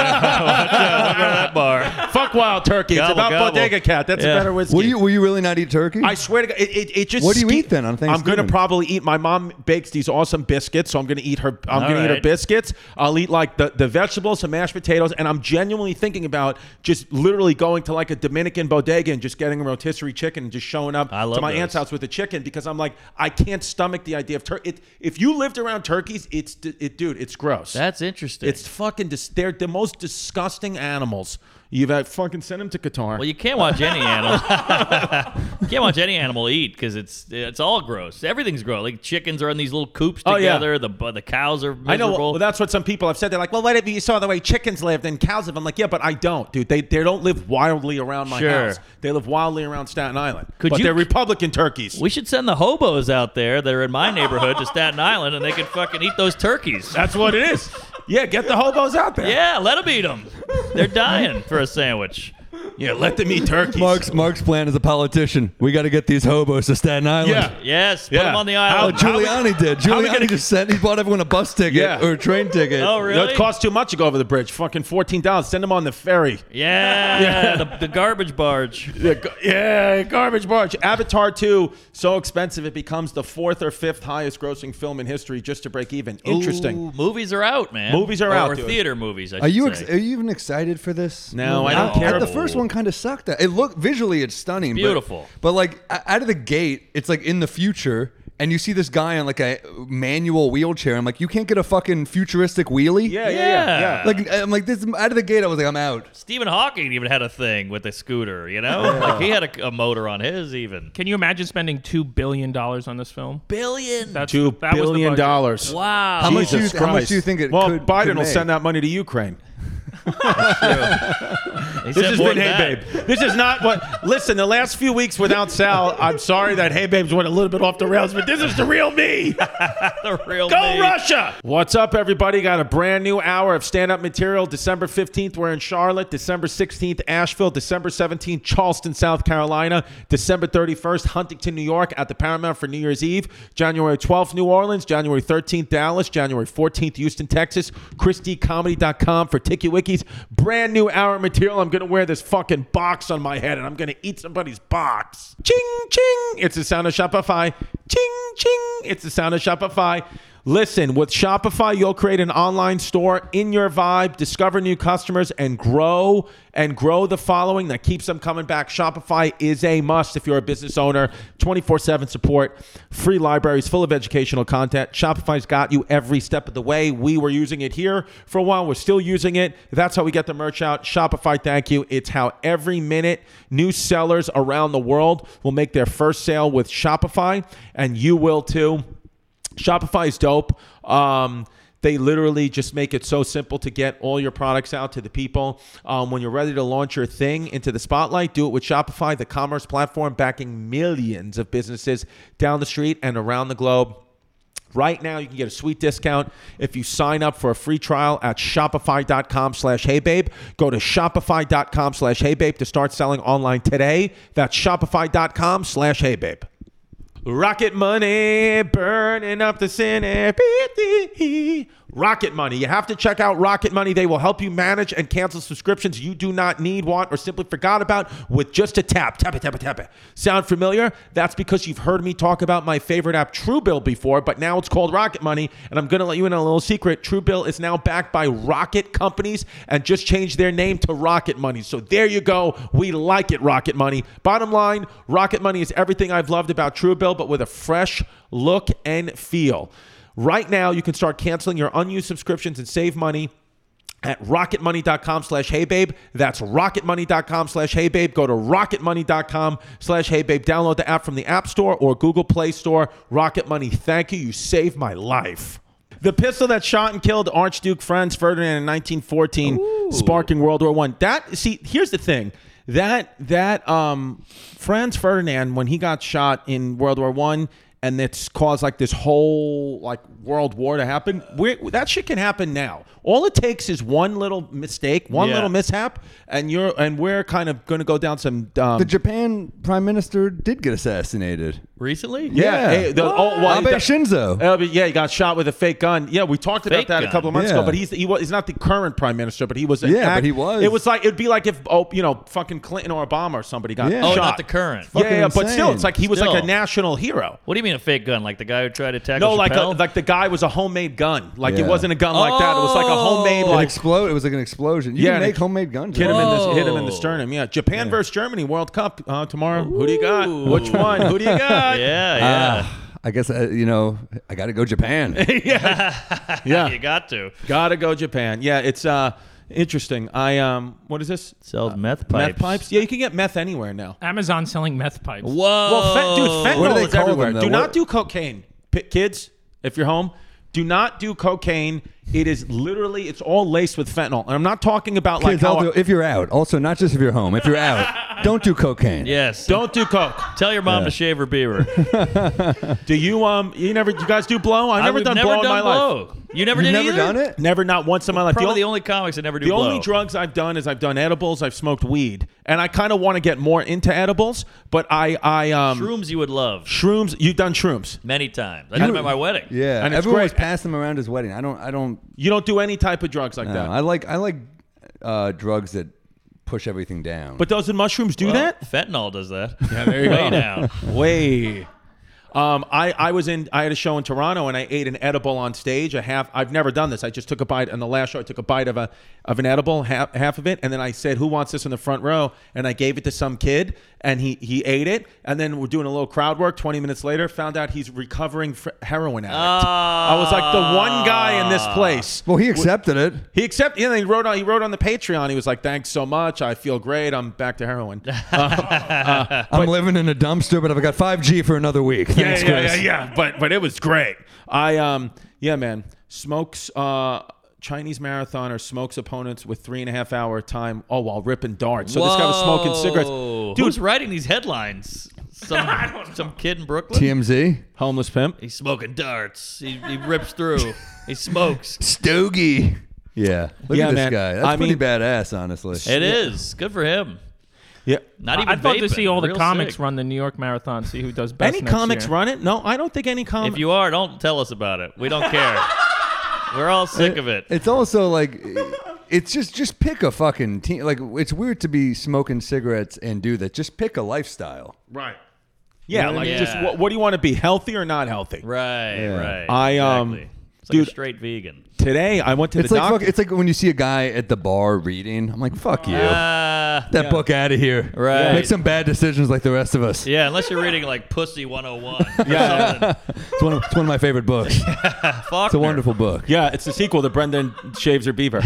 [SPEAKER 3] don't go to that bar.
[SPEAKER 2] fuck wild turkey. It's
[SPEAKER 3] Gobble,
[SPEAKER 2] about
[SPEAKER 3] gobble.
[SPEAKER 2] Bodega Cat. That's
[SPEAKER 3] Yeah.
[SPEAKER 2] a better whiskey.
[SPEAKER 4] Will you will you really not eat turkey?
[SPEAKER 2] I swear to God, it, it, it just.
[SPEAKER 4] What do you eat then on
[SPEAKER 2] I'm gonna
[SPEAKER 4] Thanksgiving?
[SPEAKER 2] probably eat. My mom bakes these awesome biscuits, so I'm gonna eat her. I'm
[SPEAKER 3] All
[SPEAKER 2] gonna eat her
[SPEAKER 3] right.
[SPEAKER 2] biscuits. I'll eat like the, the vegetables, some mashed potatoes, and I'm genuinely thinking about just literally going to like a Dominican bodega and just getting a rotisserie chicken and just showing up
[SPEAKER 3] I love
[SPEAKER 2] to my
[SPEAKER 3] those.
[SPEAKER 2] aunt's house with a chicken because I'm like I can't stomach the idea of turkey. It, if you lived around turkeys, it's d- it, dude, it's gross.
[SPEAKER 3] That's interesting.
[SPEAKER 2] it's fucking. Dis- they're the most disgusting animals. You've had fucking send them to Qatar.
[SPEAKER 3] well, you can't watch any animal. you can't watch any animal eat because it's it's all gross. Everything's gross. Like chickens are in these little coops
[SPEAKER 2] Oh, yeah.
[SPEAKER 3] together. The bu- the cows are miserable.
[SPEAKER 2] I know. Well, that's what some people have said. They're like, "Well, whatever you saw the way chickens lived and cows live." I'm like, "Yeah, but I don't, dude. They they don't live wildly around my
[SPEAKER 3] Sure.
[SPEAKER 2] house. They live wildly around Staten Island.
[SPEAKER 3] Could
[SPEAKER 2] but
[SPEAKER 3] you-
[SPEAKER 2] they're Republican turkeys.
[SPEAKER 3] we should send the hobos out there that are in my neighborhood to Staten Island, and they could fucking eat those turkeys.
[SPEAKER 2] that's what it is. yeah, get the hobos out there.
[SPEAKER 3] Yeah, let them eat them. They're dying for a sandwich.
[SPEAKER 2] yeah, let them eat turkeys.
[SPEAKER 4] Mark's Mark's plan as a politician. We got to get these hobos to Staten Island.
[SPEAKER 2] Yeah.
[SPEAKER 3] Yes, put
[SPEAKER 2] Yeah.
[SPEAKER 3] them on the
[SPEAKER 4] Oh,
[SPEAKER 3] island.
[SPEAKER 2] How-
[SPEAKER 4] Giuliani did.
[SPEAKER 2] how we
[SPEAKER 4] Giuliani
[SPEAKER 2] gonna-
[SPEAKER 4] just sent. He bought everyone a bus ticket
[SPEAKER 2] Yeah.
[SPEAKER 4] or a train ticket.
[SPEAKER 2] You
[SPEAKER 3] oh,
[SPEAKER 2] know,
[SPEAKER 3] really?
[SPEAKER 2] it costs too much to go over the bridge. Fucking fourteen dollars. Send them on the ferry.
[SPEAKER 3] yeah, The, the garbage barge.
[SPEAKER 2] Yeah, gar- yeah, garbage barge. Avatar 2, so expensive it becomes the fourth or fifth highest grossing film in history just to break even. Interesting.
[SPEAKER 3] Ooh, movies are out, man.
[SPEAKER 2] Movies are
[SPEAKER 3] Or-
[SPEAKER 2] out,
[SPEAKER 3] Or
[SPEAKER 2] dude.
[SPEAKER 3] theater movies. I
[SPEAKER 4] Are you ex-
[SPEAKER 3] Say.
[SPEAKER 4] are you even excited for this?
[SPEAKER 2] No, I
[SPEAKER 3] No.
[SPEAKER 2] don't care.
[SPEAKER 4] And the first one kind of sucked. It looked visually, it's stunning, but-
[SPEAKER 3] Beautiful.
[SPEAKER 4] But, like o- out of the gate, it's like in the future, and you see this guy on like a manual wheelchair. I'm like, you can't get a fucking futuristic wheelie.
[SPEAKER 2] yeah, yeah, yeah. yeah.
[SPEAKER 4] Like I'm like this out of the gate. I was like, I'm out.
[SPEAKER 3] Stephen Hawking even had a thing with a scooter. You know, like he had a, a motor on his even.
[SPEAKER 5] Can you imagine spending two billion dollars on this film?
[SPEAKER 3] Billion.
[SPEAKER 5] That's
[SPEAKER 2] Two
[SPEAKER 5] that was the
[SPEAKER 2] billion
[SPEAKER 5] budget.
[SPEAKER 2] dollars.
[SPEAKER 3] wow.
[SPEAKER 4] How much do you-
[SPEAKER 2] Jesus
[SPEAKER 4] how much
[SPEAKER 2] Christ.
[SPEAKER 4] do you think it
[SPEAKER 2] Well,
[SPEAKER 4] could-
[SPEAKER 2] Biden
[SPEAKER 4] could
[SPEAKER 2] will
[SPEAKER 4] make?
[SPEAKER 2] send that money to Ukraine.
[SPEAKER 3] He said
[SPEAKER 2] This has
[SPEAKER 3] more
[SPEAKER 2] been
[SPEAKER 3] than
[SPEAKER 2] Hey
[SPEAKER 3] that.
[SPEAKER 2] Babe. This is not what. Listen, the last few weeks without Sal, I'm sorry that Hey Babes went a little bit off the rails, but this is the real me.
[SPEAKER 3] The real
[SPEAKER 2] Go
[SPEAKER 3] me.
[SPEAKER 2] Russia! What's up, everybody? Got a brand new hour of stand up material. December 15th, we're in Charlotte. December 16th, Asheville. December 17th, Charleston, South Carolina. December 31st, Huntington, New York at the Paramount for New Year's Eve. January 12th, New Orleans. January 13th, Dallas. January 14th, Houston, Texas. ChristyComedy.com for Tiki Wikis. Brand new hour of material. I'm going to wear this fucking box on my head and I'm going to eat somebody's box. Ching, ching. It's the sound of Shopify. Ching, ching. It's the sound of Shopify. Listen, with Shopify, you'll create an online store in your vibe, discover new customers, and grow and grow the following that keeps them coming back. Shopify is a must if you're a business owner. 24-7 support, free libraries full of educational content. Shopify's got you every step of the way. We were using it here for a while. We're still using it. That's how we get the merch out. Shopify, thank you. It's how every minute new sellers around the world will make their first sale with Shopify, and you will too. Shopify is dope. Um, they literally just make it so simple to get all your products out to the people. Um, when you're ready to launch your thing into the spotlight, do it with Shopify, the commerce platform backing millions of businesses down the street and around the globe. Right now, you can get a sweet discount if you sign up for a free trial at Shopify.com slash HeyBabe. Go to Shopify.com slash HeyBabe to start selling online today. That's Shopify.com slash HeyBabe. Rocket money burning up the city. Rocket money. You have to check out Rocket Money. They will help you manage and cancel subscriptions you do not need, want, or simply forgot about with just a tap. Tap it, tap it, tap it. Sound familiar? That's because you've heard me talk about my favorite app, Truebill, before, but now it's called Rocket Money. And I'm going to let you in on a little secret. Truebill is now backed by Rocket Companies and just changed their name to Rocket Money. So there you go. We like it, Rocket Money. Bottom line Rocket Money is everything I've loved about Truebill, but with a fresh look and feel. Right now, you can start canceling your unused subscriptions and save money at rocketmoney.com slash heybabe. That's rocketmoney.com slash heybabe. Go to rocketmoney.com slash heybabe. Download the app from the App Store or Google Play Store. Rocket Money, thank you. You saved my life. The pistol that shot and killed Archduke Franz Ferdinand in 1914, sparking World War One. That see, here's the thing. That that um, Franz Ferdinand, when he got shot in World War One, and it's caused like this whole like world war to happen. We're, that shit can happen now. All it takes is one little mistake, one
[SPEAKER 3] Yeah.
[SPEAKER 2] little mishap, and you're and we're kind of going to go down some. Um,
[SPEAKER 4] The Japan prime minister did get assassinated.
[SPEAKER 3] Recently?
[SPEAKER 2] yeah,
[SPEAKER 4] Yeah.
[SPEAKER 2] eh, the- oh, well,
[SPEAKER 4] Abe
[SPEAKER 2] the-
[SPEAKER 4] Shinzo.
[SPEAKER 2] Uh, but yeah, he got shot with a fake gun. Yeah, we talked about
[SPEAKER 3] Fake
[SPEAKER 2] that a
[SPEAKER 3] gun.
[SPEAKER 2] couple of months ago.
[SPEAKER 4] Yeah.
[SPEAKER 2] But he's he was he's not the current prime minister, but he was. an
[SPEAKER 4] Yeah, but he was.
[SPEAKER 2] It was like it'd be like if oh you know fucking Clinton or Obama or somebody got
[SPEAKER 4] Yeah.
[SPEAKER 3] Oh,
[SPEAKER 2] shot.
[SPEAKER 3] not the current.
[SPEAKER 2] Yeah,
[SPEAKER 4] Fucking
[SPEAKER 2] yeah, but still,
[SPEAKER 4] insane.
[SPEAKER 2] it's like he was like a
[SPEAKER 3] Still.
[SPEAKER 2] national hero.
[SPEAKER 3] What do you mean a fake gun? Like the guy who tried to tackle
[SPEAKER 2] No, like a,
[SPEAKER 3] Chappelle?
[SPEAKER 2] like the guy was a homemade gun. Like it
[SPEAKER 4] Yeah.
[SPEAKER 2] wasn't a gun like that. It was like a homemade
[SPEAKER 3] Oh.
[SPEAKER 4] It
[SPEAKER 2] like
[SPEAKER 4] explode. It was like an explosion. You
[SPEAKER 2] Yeah,
[SPEAKER 4] can
[SPEAKER 2] and
[SPEAKER 4] make
[SPEAKER 2] it-
[SPEAKER 4] homemade guns.
[SPEAKER 2] Hit him, in the,
[SPEAKER 3] Whoa.
[SPEAKER 2] hit him in the sternum. Yeah. Japan versus Germany, World Cup uh, tomorrow. Who do you got?
[SPEAKER 3] Ooh.
[SPEAKER 2] Which one? Who do you got?
[SPEAKER 3] yeah, yeah.
[SPEAKER 2] Ah,
[SPEAKER 4] I guess uh, you know I got to go Japan.
[SPEAKER 3] You got to.
[SPEAKER 2] Gotta go Japan. Yeah, it's uh, interesting. I um, what is this?
[SPEAKER 3] Sells meth pipes.
[SPEAKER 2] Meth pipes? Yeah, you can get meth anywhere now.
[SPEAKER 5] Amazon selling meth pipes.
[SPEAKER 3] Whoa.
[SPEAKER 2] Well, fe- dude, fentanyl
[SPEAKER 4] What do they
[SPEAKER 2] is
[SPEAKER 4] call them,
[SPEAKER 2] everywhere.
[SPEAKER 4] though?
[SPEAKER 2] Oh. do not
[SPEAKER 4] What-
[SPEAKER 2] do cocaine, P- kids. If you're home, do not do cocaine. It is literally, it's all laced with fentanyl. And I'm not talking about like
[SPEAKER 4] Kids,
[SPEAKER 2] how
[SPEAKER 4] also, if you're out, also not just if you're home. If you're out, don't do cocaine.
[SPEAKER 3] Yes.
[SPEAKER 2] don't do coke.
[SPEAKER 3] Tell your mom to shave her beaver.
[SPEAKER 2] Do you um? You never? You guys do blow? I've never
[SPEAKER 3] I've
[SPEAKER 2] done
[SPEAKER 3] never
[SPEAKER 2] blow
[SPEAKER 3] done
[SPEAKER 2] in my life.
[SPEAKER 3] blow. You never did
[SPEAKER 4] You've never
[SPEAKER 3] either?
[SPEAKER 4] done it?
[SPEAKER 2] Never, not once in my life.
[SPEAKER 3] Probably
[SPEAKER 2] The
[SPEAKER 3] the only comics that never do
[SPEAKER 2] The
[SPEAKER 3] blow.
[SPEAKER 2] only drugs I've done is I've done edibles. I've smoked weed, and I kind of want to get more into edibles. But I, I um,
[SPEAKER 3] Shrooms you would love
[SPEAKER 2] shrooms. You've done shrooms.
[SPEAKER 3] many times. I did them at my wedding.
[SPEAKER 4] Yeah,
[SPEAKER 2] And it's
[SPEAKER 4] everyone was
[SPEAKER 2] great.
[SPEAKER 4] passing them around his wedding. I don't. I don't.
[SPEAKER 2] You don't do any type of drugs like
[SPEAKER 4] no,
[SPEAKER 2] that.
[SPEAKER 4] I like. I like uh, drugs that push everything down.
[SPEAKER 2] but doesn't mushrooms do
[SPEAKER 3] Well,
[SPEAKER 2] that?
[SPEAKER 3] Fentanyl does that. Yeah, there you
[SPEAKER 2] go.
[SPEAKER 3] Way down.
[SPEAKER 2] Way. Um, I, I was in I had a show in Toronto and I ate an edible on stage. A half I've never done this. I just took a bite on the last show. I took a bite of a of an edible, half, half of it, and then I said, "Who wants this in the front row?" And I gave it to some kid, and he he ate it. And then we're doing a little crowd work. Twenty minutes later, found out he's recovering fr- heroin addict. I was like the one guy in this place.
[SPEAKER 4] well, he accepted it.
[SPEAKER 2] He accepted. You know, he wrote on. He wrote on the Patreon. He was like, "Thanks so much. I feel great. I'm back to heroin."
[SPEAKER 4] I'm living in a dumpster, but I've got 5G for another week. Thanks,
[SPEAKER 2] yeah,
[SPEAKER 4] Chris.
[SPEAKER 2] yeah, yeah, yeah. But but it was great. I um yeah, man. Smokes uh Chinese marathoner smokes opponents with three and a half hour time. Oh, while ripping darts. So this guy was smoking
[SPEAKER 3] Whoa.
[SPEAKER 2] cigarettes. Dude,
[SPEAKER 3] Who's writing these headlines? Some some kid in Brooklyn.
[SPEAKER 4] TMZ.
[SPEAKER 2] homeless pimp.
[SPEAKER 3] He's smoking darts. He, he rips through. he smokes.
[SPEAKER 4] Stogie. Yeah. Look
[SPEAKER 2] Yeah,
[SPEAKER 4] at this
[SPEAKER 2] man.
[SPEAKER 4] guy. That's
[SPEAKER 2] I
[SPEAKER 4] pretty
[SPEAKER 2] mean-
[SPEAKER 4] badass, honestly.
[SPEAKER 3] It is good for him.
[SPEAKER 2] Yeah.
[SPEAKER 3] Not even.
[SPEAKER 5] I'd love to
[SPEAKER 3] vaping.
[SPEAKER 5] see all the
[SPEAKER 3] Real
[SPEAKER 5] comics
[SPEAKER 3] sick.
[SPEAKER 5] run the New York Marathon, see who does best.
[SPEAKER 2] Any
[SPEAKER 5] next
[SPEAKER 2] comics
[SPEAKER 5] year.
[SPEAKER 2] run it? No, I don't think any
[SPEAKER 3] If
[SPEAKER 2] comics.
[SPEAKER 3] you are, don't tell us about it. We don't care. We're all sick of it.
[SPEAKER 4] It's also like, it's just just pick a fucking team. Like it's weird to be smoking cigarettes and do that. Just pick a lifestyle.
[SPEAKER 2] right. Yeah, like
[SPEAKER 3] Yeah.
[SPEAKER 2] just what, what do you want to be? Healthy or not healthy?
[SPEAKER 3] Right, right.
[SPEAKER 2] I, um,
[SPEAKER 3] exactly. it's like
[SPEAKER 2] dude-
[SPEAKER 3] a straight vegan.
[SPEAKER 2] Today I went to
[SPEAKER 4] It's
[SPEAKER 2] the
[SPEAKER 4] like
[SPEAKER 2] doctor.
[SPEAKER 4] fuck, it's like when you see a guy at the bar reading. I'm like, fuck you.
[SPEAKER 3] Uh,
[SPEAKER 4] that book out of here.
[SPEAKER 3] Right.
[SPEAKER 4] Make some bad decisions like the rest of us.
[SPEAKER 3] yeah, unless you're reading like Pussy 101.
[SPEAKER 2] Yeah.
[SPEAKER 3] yeah, something.
[SPEAKER 4] It's one of, it's one of my favorite books. It's
[SPEAKER 3] Faulkner.
[SPEAKER 4] a wonderful book.
[SPEAKER 2] Yeah, it's the sequel to Brendan Shaves Her Beaver.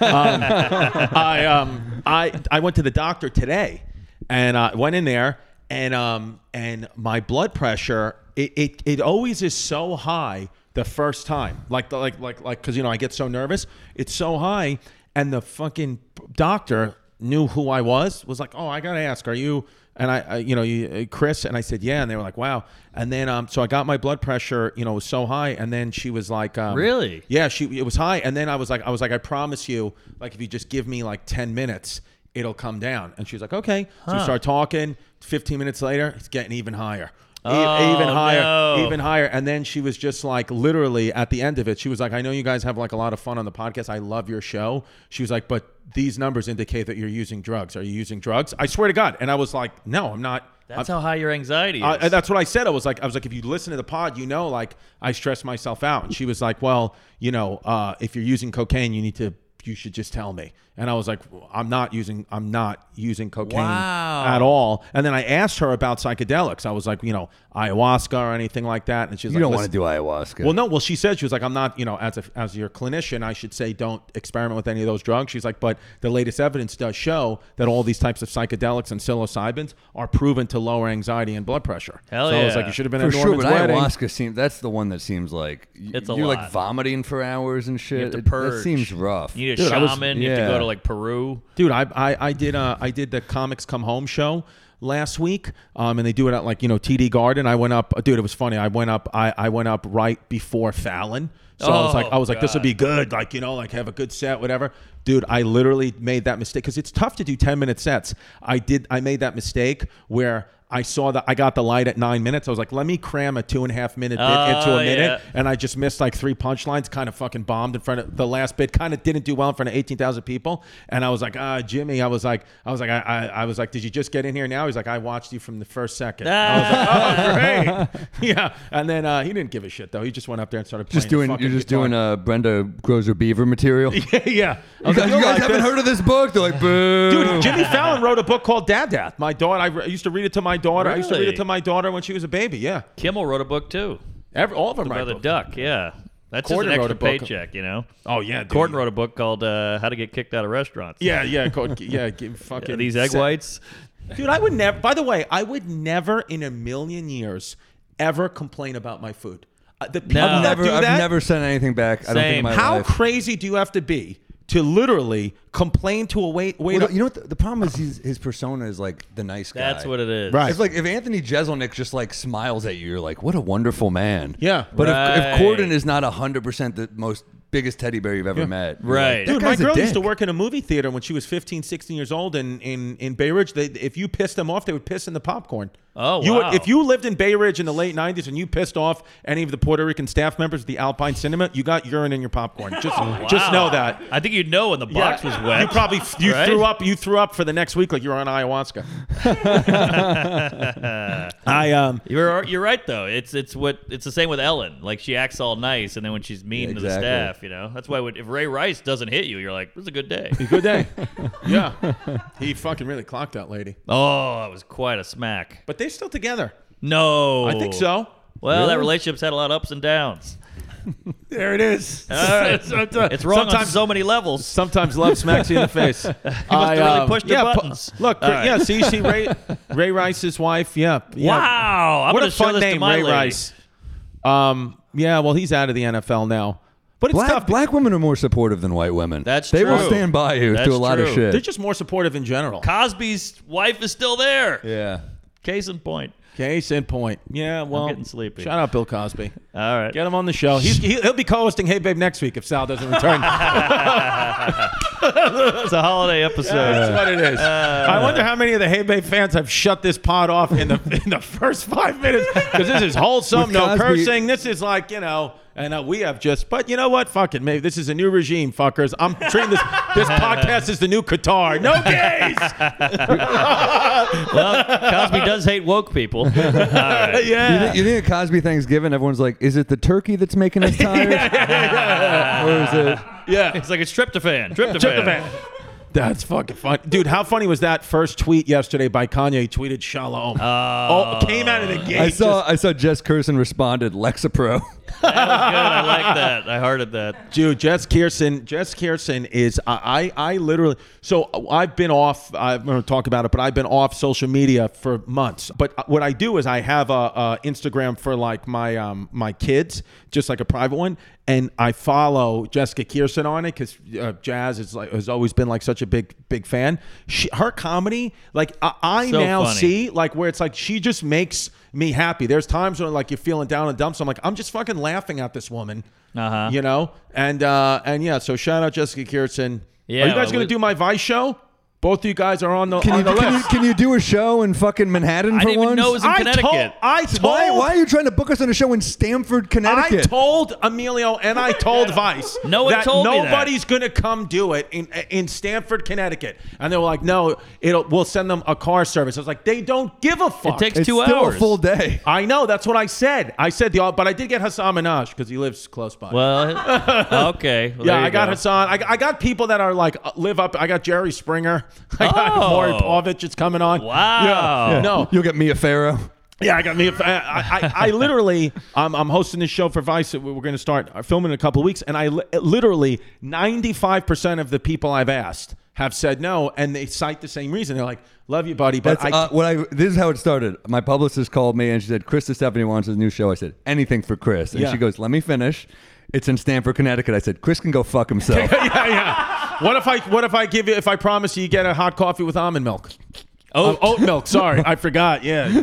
[SPEAKER 2] um, I, um, I, I went to the doctor today and I went in there and, um, and my blood pressure, it, it, it always is so high the first time. Like, the, like, like, like, cause you know, I get so nervous. It's so high. And the fucking doctor knew who I was, was like, oh, I got to ask, are you, And I, I you know, you, uh, Chris, and I said, yeah. And they were like, wow. And then, um, so I got my blood pressure, you know, was so high. And then she was like, um,
[SPEAKER 3] Really?
[SPEAKER 2] Yeah, she, it was high. And then I was like, I was like, I promise you, like, if you just give me like 10 minutes, it'll come down. And she was like, okay. So we start talking. 15 minutes later, it's getting even higher. E-
[SPEAKER 3] Oh,
[SPEAKER 2] even higher,
[SPEAKER 3] no.
[SPEAKER 2] even higher. And then she was just like, literally at the end of it, she was like, I know you guys have like a lot of fun on the podcast. I love your show. She was like, but these numbers indicate that you're using drugs. Are you using drugs? I swear to God. And I was like, no, I'm not.
[SPEAKER 3] That's how high your anxiety is.
[SPEAKER 2] I, I- that's what I said. I was like, I was like, if you listen to the pod, you know, like I stress myself out. And she was like, well, you know, uh, if you're using cocaine, you need to, you should just tell me. And I was like, well, I'm not using, I'm not using cocaine
[SPEAKER 3] Wow.
[SPEAKER 2] at all. And then I asked her about psychedelics. I was like, you know, ayahuasca or anything like that. And she's
[SPEAKER 4] You
[SPEAKER 2] like,
[SPEAKER 4] don't want
[SPEAKER 2] listen-
[SPEAKER 4] to do ayahuasca.
[SPEAKER 2] well, no. Well, she said she was like, I'm not, you know, as a, as your clinician, I should say don't experiment with any of those drugs. She's like, but the latest evidence does show that all these types of psychedelics and psilocybins are proven to lower anxiety and blood pressure.
[SPEAKER 3] Hell
[SPEAKER 2] so I was
[SPEAKER 3] yeah.
[SPEAKER 2] like, you should have been
[SPEAKER 4] for
[SPEAKER 2] at
[SPEAKER 4] sure,
[SPEAKER 2] Norman's
[SPEAKER 4] but
[SPEAKER 2] wedding.
[SPEAKER 4] ayahuasca seems that's the one that seems like y-
[SPEAKER 3] It's a
[SPEAKER 4] you're
[SPEAKER 3] lot.
[SPEAKER 4] like vomiting for hours and shit.
[SPEAKER 3] have to
[SPEAKER 4] It-
[SPEAKER 3] purge.
[SPEAKER 4] That seems rough.
[SPEAKER 3] you need a
[SPEAKER 2] Dude, I
[SPEAKER 3] shaman.
[SPEAKER 2] was-
[SPEAKER 3] You have to go
[SPEAKER 4] yeah.
[SPEAKER 3] to like Peru.
[SPEAKER 2] Dude, I, I I did uh I did the comics come home show last week, um, and they do it at like you know TD Garden. I went up, dude. It was funny. I went up. I, I went up right before Fallon, so I was like,
[SPEAKER 3] Oh,
[SPEAKER 2] I was like, this will
[SPEAKER 3] God.
[SPEAKER 2] be good. Like you know, like have a good set, whatever. Dude, I literally made that mistake because it's tough to do ten minute sets. I did. I made that mistake where. I saw that I got the light at nine minutes. I was like, let me cram a two and a half minute bit into
[SPEAKER 3] Oh,
[SPEAKER 2] a minute,
[SPEAKER 3] yeah.
[SPEAKER 2] and I just missed like three punchlines, kind of fucking bombed in front of the last bit, kind of didn't do well in front of 18,000 people. And I was like, ah, Jimmy, I was like, I was like, I, I, I was like, did you just get in here now? He's like, I watched you from the first second. I was like, oh, great. yeah. And then uh, he didn't give a shit though. He just went up there and started
[SPEAKER 4] just
[SPEAKER 2] playing
[SPEAKER 4] doing
[SPEAKER 2] the
[SPEAKER 4] you're
[SPEAKER 2] fucking
[SPEAKER 4] just
[SPEAKER 2] guitar.
[SPEAKER 4] doing uh, Brenda grows her beaver material. You
[SPEAKER 2] yeah. I was like,
[SPEAKER 4] guys, you
[SPEAKER 2] "You'll
[SPEAKER 4] guys
[SPEAKER 2] like
[SPEAKER 4] haven't
[SPEAKER 2] this."
[SPEAKER 4] heard of this book? They're like, boo.
[SPEAKER 2] Dude, Jimmy Fallon wrote a book called Dad Dad. My daughter, I, re- I used to read it to my daughter. I used to read
[SPEAKER 3] Really?
[SPEAKER 2] it to my daughter when she was a baby. Yeah,
[SPEAKER 3] Kimmel wrote a book too.
[SPEAKER 2] Every, all of them
[SPEAKER 3] By
[SPEAKER 2] write
[SPEAKER 3] the
[SPEAKER 2] books.
[SPEAKER 3] duck, yeah. That's
[SPEAKER 2] Corden
[SPEAKER 3] just an
[SPEAKER 2] wrote a
[SPEAKER 3] extra
[SPEAKER 2] book.
[SPEAKER 3] paycheck, you know.
[SPEAKER 2] Oh yeah, dude.
[SPEAKER 3] Corden wrote a book called uh, "How to Get Kicked Out of Restaurants."
[SPEAKER 2] Yeah, yeah, called, yeah. give
[SPEAKER 3] Yeah,
[SPEAKER 2] Fucking
[SPEAKER 3] these egg
[SPEAKER 2] set-
[SPEAKER 3] whites.
[SPEAKER 2] Dude, I would never. By the way, I would never in a million years ever complain about my food. Uh, the people
[SPEAKER 3] I've
[SPEAKER 2] that
[SPEAKER 4] never,
[SPEAKER 2] do that.
[SPEAKER 4] I've never sent anything back. I don't think
[SPEAKER 3] Same.
[SPEAKER 4] in my
[SPEAKER 2] how
[SPEAKER 4] life.
[SPEAKER 2] crazy do you have to be to literally complain to a wait waiter?
[SPEAKER 4] Well, you know what? The, the problem is he's, his persona is like the nice guy.
[SPEAKER 3] That's what it is.
[SPEAKER 2] Right.
[SPEAKER 4] It's like if Anthony Jeselnik just like smiles at you, you're like, what a wonderful man.
[SPEAKER 2] Yeah.
[SPEAKER 4] But
[SPEAKER 3] Right.
[SPEAKER 4] if, if Corden is not 100% the most biggest teddy bear you've ever met. you're
[SPEAKER 3] Right.
[SPEAKER 4] Like,
[SPEAKER 2] Dude,
[SPEAKER 4] "That
[SPEAKER 2] my
[SPEAKER 4] guy's a
[SPEAKER 2] girl used to
[SPEAKER 4] dick."
[SPEAKER 2] work in a movie theater when she was 15, 16 years old in, in, in Bay Ridge. They, if you pissed them off, they would piss in the popcorn.
[SPEAKER 3] Oh,
[SPEAKER 2] you
[SPEAKER 3] wow.
[SPEAKER 2] Would, if you lived in Bay Ridge in the late 90s and you pissed off any of the Puerto Rican staff members at the Alpine Cinema, you got urine in your popcorn. Just, just
[SPEAKER 3] Oh, Wow.
[SPEAKER 2] know that.
[SPEAKER 3] I think you'd know when the box
[SPEAKER 2] Yeah.
[SPEAKER 3] was wet.
[SPEAKER 2] You probably you
[SPEAKER 3] right?
[SPEAKER 2] threw up. You threw up for the next week like you were on ayahuasca. I um.
[SPEAKER 3] You're you're right though. It's it's what it's the same with Ellen. Like she acts all nice, and then when she's mean
[SPEAKER 4] Yeah,
[SPEAKER 3] to the
[SPEAKER 4] exactly.
[SPEAKER 3] staff, you know that's why when, if Ray Rice doesn't hit you, you're like, "This is a good day."
[SPEAKER 2] Good day. Yeah. He fucking really clocked that lady.
[SPEAKER 3] oh, that was quite a smack.
[SPEAKER 2] But they're still together.
[SPEAKER 3] No,
[SPEAKER 2] I think so.
[SPEAKER 3] Well, that
[SPEAKER 4] Really?
[SPEAKER 3] relationship's had a lot of ups and downs.
[SPEAKER 2] There it is.
[SPEAKER 3] All right. it's wrong on
[SPEAKER 2] Sometimes-
[SPEAKER 3] so many levels.
[SPEAKER 2] Sometimes love smacks you in the face. you I, um,
[SPEAKER 3] really pushed the
[SPEAKER 2] yeah, pu-
[SPEAKER 3] buttons.
[SPEAKER 2] look,
[SPEAKER 3] All right.
[SPEAKER 2] yeah, see, see Ray, Ray Rice's wife. Yeah. yeah.
[SPEAKER 3] Wow, I'm
[SPEAKER 2] what
[SPEAKER 3] gonna
[SPEAKER 2] a fun
[SPEAKER 3] show this to
[SPEAKER 2] name,
[SPEAKER 3] my
[SPEAKER 2] Ray
[SPEAKER 3] lady.
[SPEAKER 2] Rice. Um. Yeah. Well, he's out of the NFL now. But it's
[SPEAKER 4] Black,
[SPEAKER 2] tough.
[SPEAKER 4] black women are more supportive than white women.
[SPEAKER 3] That's
[SPEAKER 4] they will
[SPEAKER 3] true.
[SPEAKER 4] stand by you
[SPEAKER 3] That's
[SPEAKER 4] through a lot of
[SPEAKER 3] true.
[SPEAKER 4] shit.
[SPEAKER 2] They're just more supportive in general.
[SPEAKER 3] Cosby's wife is still there.
[SPEAKER 4] yeah.
[SPEAKER 3] Case in point.
[SPEAKER 2] Case in point. Yeah, well,
[SPEAKER 3] getting sleepy.
[SPEAKER 2] Shout out Bill Cosby.
[SPEAKER 3] All right.
[SPEAKER 2] Get him on the show. He's, he- he'll be co-hosting Hey Babe next week if Sal doesn't return.
[SPEAKER 3] It's a holiday episode.
[SPEAKER 2] That's what it is. I wonder how many of the Hey Babe fans have shut this pod off in the in the first five minutes because this is wholesome,
[SPEAKER 4] With
[SPEAKER 2] no
[SPEAKER 4] Cosby-
[SPEAKER 2] cursing. This is like you know, and uh, we have just. But you know what? Fuck it. Maybe this is a new regime, fuckers. I'm treating this this podcast is the new Qatar. No gays.
[SPEAKER 3] Well, Cosby does hate woke people. All right.
[SPEAKER 4] You,
[SPEAKER 2] yeah.
[SPEAKER 4] think, you think at Cosby Thanksgiving, everyone's like, is it the turkey that's making us tired? Or is it.
[SPEAKER 2] Yeah.
[SPEAKER 3] It's like it's tryptophan. Tryptophan.
[SPEAKER 2] That's fucking fun, dude. How funny was that first tweet yesterday by Kanye? He tweeted "Shalom." Oh, came out of the gate.
[SPEAKER 4] I saw I saw Jess Curson responded Lexapro.
[SPEAKER 3] That was good. I like that. I hearted that.
[SPEAKER 2] Dude, Jess Kirsten. Jess Kirsten is I, I. I literally. So I've been off. I'm going to talk about it, but I've been off social media for months. But what I do is I have a, a Instagram for like my um my kids, just like a private one, and I follow Jessica Kirsten on it because uh, Jazz is like has always been like such a big big fan. She, her comedy, like I, I
[SPEAKER 3] So
[SPEAKER 2] now
[SPEAKER 3] funny.
[SPEAKER 2] see like where it's like she just makes me happy. There's times when like you're feeling down and dumps. I'm like, I'm just fucking laughing at this woman.
[SPEAKER 3] Uh-huh.
[SPEAKER 2] You know? And uh and yeah, so shout out Jessica Kirsten. Are
[SPEAKER 3] Yeah,
[SPEAKER 2] you guys
[SPEAKER 3] well,
[SPEAKER 2] gonna
[SPEAKER 3] we-
[SPEAKER 2] do my Vice show? Both of you guys are on the
[SPEAKER 4] Can
[SPEAKER 2] on
[SPEAKER 4] you,
[SPEAKER 2] the
[SPEAKER 4] can, you,
[SPEAKER 2] list.
[SPEAKER 4] can you do a show in fucking Manhattan
[SPEAKER 3] I
[SPEAKER 4] for
[SPEAKER 3] didn't even
[SPEAKER 4] once?
[SPEAKER 3] know it was in
[SPEAKER 2] I told
[SPEAKER 3] Connecticut.
[SPEAKER 2] I told
[SPEAKER 4] why, why are you trying to book us on a show in Stamford,
[SPEAKER 2] I
[SPEAKER 4] Connecticut?
[SPEAKER 2] told Emilio and I told Vice
[SPEAKER 3] No one
[SPEAKER 2] that
[SPEAKER 3] told me that.
[SPEAKER 2] nobody's gonna come do it in in Stanford, Connecticut, and they were like, "No, it'll we'll send them a car service." I was like, "They don't give a fuck."
[SPEAKER 3] It takes
[SPEAKER 4] it's
[SPEAKER 3] two
[SPEAKER 4] still
[SPEAKER 3] hours.
[SPEAKER 4] a full day.
[SPEAKER 2] I know. That's what I said. I said the, but I did get Hassan Minaj because he lives close by.
[SPEAKER 3] Well, okay. Well, there
[SPEAKER 2] yeah,
[SPEAKER 3] you
[SPEAKER 2] I got
[SPEAKER 3] go.
[SPEAKER 2] Hassan. I, I got people that are like uh, live up. I got Jerry Springer. I got
[SPEAKER 3] Oh.
[SPEAKER 2] Maury Povich. It's coming on.
[SPEAKER 3] Wow.
[SPEAKER 2] Yeah. No.
[SPEAKER 4] You'll get Mia Farrow.
[SPEAKER 2] Yeah, I got me. I, I, I literally, I'm, I'm hosting this show for Vice. that We're going to start uh, filming in a couple of weeks, and I li- uh, literally 95% of the people I've asked have said no, and they cite the same reason. They're like, "Love you, buddy," but
[SPEAKER 4] That's
[SPEAKER 2] I,
[SPEAKER 4] uh, what I. This is how it started. My publicist called me and she said, "Chris Stephanie wants a new show." I said, "Anything for Chris." And
[SPEAKER 2] Yeah.
[SPEAKER 4] she goes, "Let me finish. It's in Stamford, Connecticut." I said, "Chris can go fuck himself."
[SPEAKER 2] yeah, yeah. What if I what if I give you if I promise you, you get a hot coffee with almond milk?
[SPEAKER 3] Oat.
[SPEAKER 2] Um, oat milk. Sorry, I forgot. Yeah,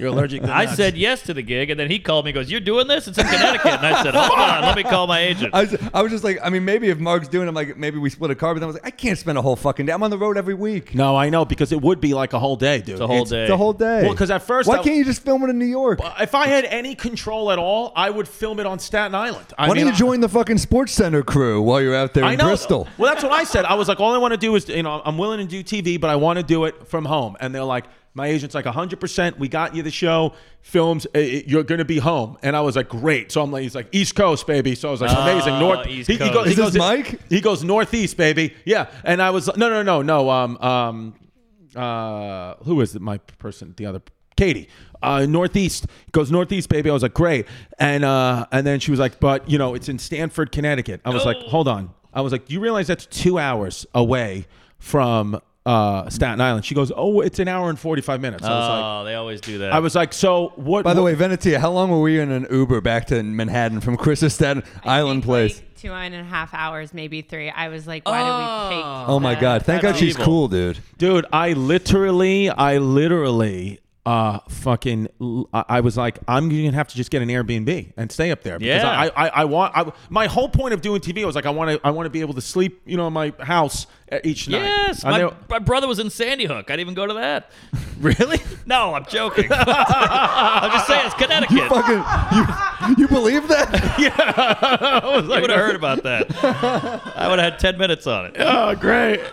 [SPEAKER 2] you're allergic. to
[SPEAKER 3] I
[SPEAKER 2] nuts.
[SPEAKER 3] said yes to the gig, and then he called me and goes, You're doing this? It's in Connecticut. And I said, Hold on, let me call my agent.
[SPEAKER 4] I was, I was just like, I mean, maybe if Mark's doing, it, I'm like, maybe we split a car. But then I was like, I can't spend a whole fucking day. I'm on the road every week.
[SPEAKER 2] no. I know because it would be like a whole day, dude. It's
[SPEAKER 3] the whole day.
[SPEAKER 4] It's a whole day.
[SPEAKER 2] Well, 'cause at first
[SPEAKER 4] why
[SPEAKER 2] I-
[SPEAKER 4] can't you just film it in New York? Why
[SPEAKER 2] If I had any control at all, I would film it on Staten Island. I
[SPEAKER 4] don't
[SPEAKER 2] mean,
[SPEAKER 4] you join the fucking Sports Center crew while you're out there
[SPEAKER 2] I
[SPEAKER 4] in
[SPEAKER 2] know.
[SPEAKER 4] Bristol?
[SPEAKER 2] Well, that's what I said. I was like, all I want to do is, you know, I'm willing to do TV, but I want to do it from home. And they're like, my agent's like, 100%. We got you the show, films. eh, eh, You're going to be home. And I was like, great. So I'm like, he's like, East Coast, baby. So I was like, amazing. North.
[SPEAKER 3] East
[SPEAKER 2] he, he
[SPEAKER 3] Coast.
[SPEAKER 2] goes, he
[SPEAKER 4] Ah, Is
[SPEAKER 2] goes-
[SPEAKER 4] this Mike?
[SPEAKER 2] He goes Northeast, baby. Yeah. And I was, no, no, no, no. Um, um, uh, who is it? My person, the other Katie, uh, Northeast goes Northeast, baby. I was like, great. And, uh, and then she was like, but you know, it's in Stanford, Connecticut. I was like, hold on. I was like, you realize that's two hours away from, uh, Staten Island. She goes, oh, it's an hour and 45 minutes. I was like,
[SPEAKER 3] oh, they always do that.
[SPEAKER 2] I was like, so what?
[SPEAKER 4] By the way, Venetia, how long were we in an Uber back to Manhattan from Chris's Staten
[SPEAKER 6] I
[SPEAKER 4] Island
[SPEAKER 6] think,
[SPEAKER 4] place?
[SPEAKER 6] Like two and a half hours, maybe three. I was like, why do we fake?
[SPEAKER 4] Oh my
[SPEAKER 6] the-
[SPEAKER 4] God! Thank God
[SPEAKER 3] that's
[SPEAKER 4] she's
[SPEAKER 3] evil.
[SPEAKER 4] cool, dude.
[SPEAKER 2] dude i literally i literally uh fucking i I was like i'm gonna have to just get an airbnb and stay up there because
[SPEAKER 3] Yeah.
[SPEAKER 2] I, I i want I, my whole point of doing tv was like i want to i want to be able to sleep you know in my house uh, each night
[SPEAKER 3] Yes,
[SPEAKER 2] And
[SPEAKER 3] my,
[SPEAKER 2] they were-
[SPEAKER 3] my brother was in Sandy Hook. I didn't even go to that.
[SPEAKER 2] really
[SPEAKER 3] No, I'm joking. I'm just saying it's Connecticut. You
[SPEAKER 4] Fucking, you, you believe that?
[SPEAKER 2] i was like
[SPEAKER 3] would have heard about that. I would have had ten minutes on it.
[SPEAKER 2] oh great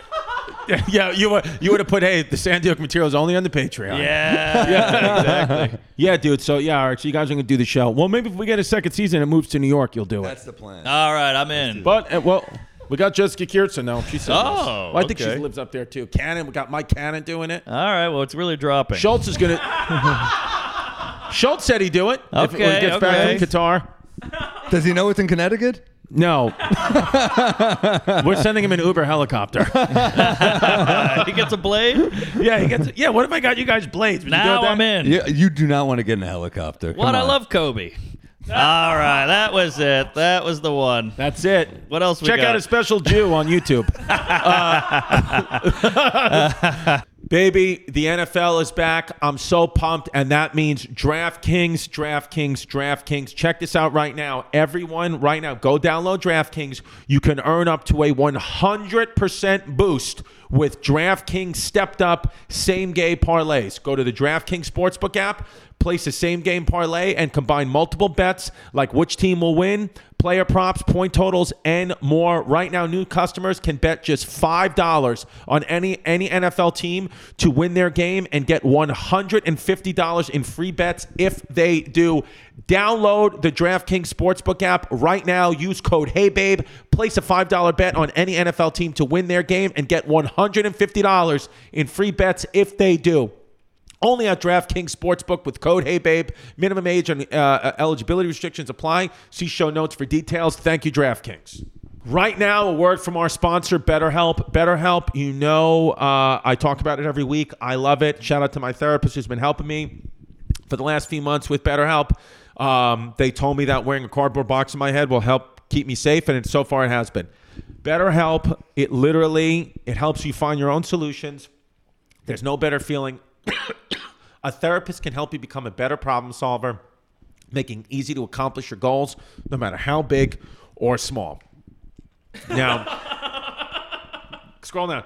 [SPEAKER 2] Yeah, yeah you were you would have put hey the sandy hook material is only on the patreon
[SPEAKER 3] Yeah, exactly.
[SPEAKER 2] yeah dude so yeah all right so you guys are gonna do the show well maybe if we get a second season and it moves to new york you'll do it
[SPEAKER 4] the plan.
[SPEAKER 3] All right, I'm in.
[SPEAKER 2] But uh, well, we got Jessica Kirsten now. She's
[SPEAKER 3] Oh,
[SPEAKER 2] well, I think
[SPEAKER 3] okay.
[SPEAKER 2] she lives up there too. Cannon, we got Mike Cannon doing it.
[SPEAKER 3] All right, well, it's really dropping.
[SPEAKER 2] Schultz is gonna. Schultz said he'd do it if, when he
[SPEAKER 3] Okay,
[SPEAKER 2] gets back
[SPEAKER 3] okay.
[SPEAKER 2] from Qatar.
[SPEAKER 4] Does he know it's in Connecticut?
[SPEAKER 2] No, we're sending him an Uber helicopter.
[SPEAKER 3] Uh, he gets a blade.
[SPEAKER 2] yeah, he gets. Yeah, what if I got you guys blades? Would you
[SPEAKER 3] Now
[SPEAKER 2] do that?
[SPEAKER 3] I'm in.
[SPEAKER 4] Yeah, you do not want to get in a helicopter.
[SPEAKER 3] What
[SPEAKER 4] Come
[SPEAKER 3] I
[SPEAKER 4] on.
[SPEAKER 3] love Kobe. All right, that was it. That was the one.
[SPEAKER 2] That's it.
[SPEAKER 3] What else we
[SPEAKER 2] Check
[SPEAKER 3] got?
[SPEAKER 2] out a special Jew on YouTube. Uh, baby, the NFL is back. I'm so pumped, and that means DraftKings, DraftKings, DraftKings. Check this out right now. Everyone, right now, go download DraftKings. You can earn up to a 100% boost with DraftKings stepped up same game parlays. Go to the DraftKings Sportsbook app, place a same game parlay, and combine multiple bets like which team will win, player props, point totals, and more. Right now, new customers can bet just $5 on any, any NFL team to win their game and get $150 in free bets if they do. Download the DraftKings Sportsbook app right now. Use code HeyBabe. Place a $5 bet on any NFL team to win their game and get $150 in free bets if they do. Only at DraftKings Sportsbook with code HeyBabe. Minimum age and uh, eligibility restrictions apply. See show notes for details. Thank you, DraftKings. Right now, a word from our sponsor, BetterHelp. BetterHelp, you know, uh, I talk about it every week. I love it. Shout out to my therapist who's been helping me for the last few months with BetterHelp. Um, they told me that wearing a cardboard box in my head will help keep me safe, and it, so far it has been. BetterHelp, it literally it helps you find your own solutions. There's no better feeling. a therapist can help you become a better problem solver, making it easy to accomplish your goals, no matter how big or small. Now, scroll down.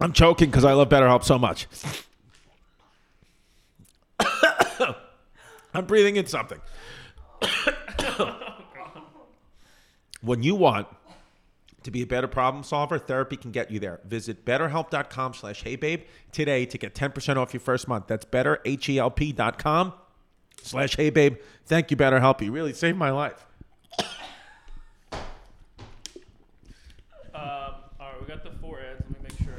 [SPEAKER 2] I'm choking because I love BetterHelp so much. I'm breathing in something. when you want to be a better problem solver, therapy can get you there. Visit betterhelp.com slash heybabe today to get 10% off your first month. That's E betterhelp.com slash heybabe. Thank you, BetterHelp. You really saved my life.
[SPEAKER 5] Um, all right, we got the four ads. Let me make sure.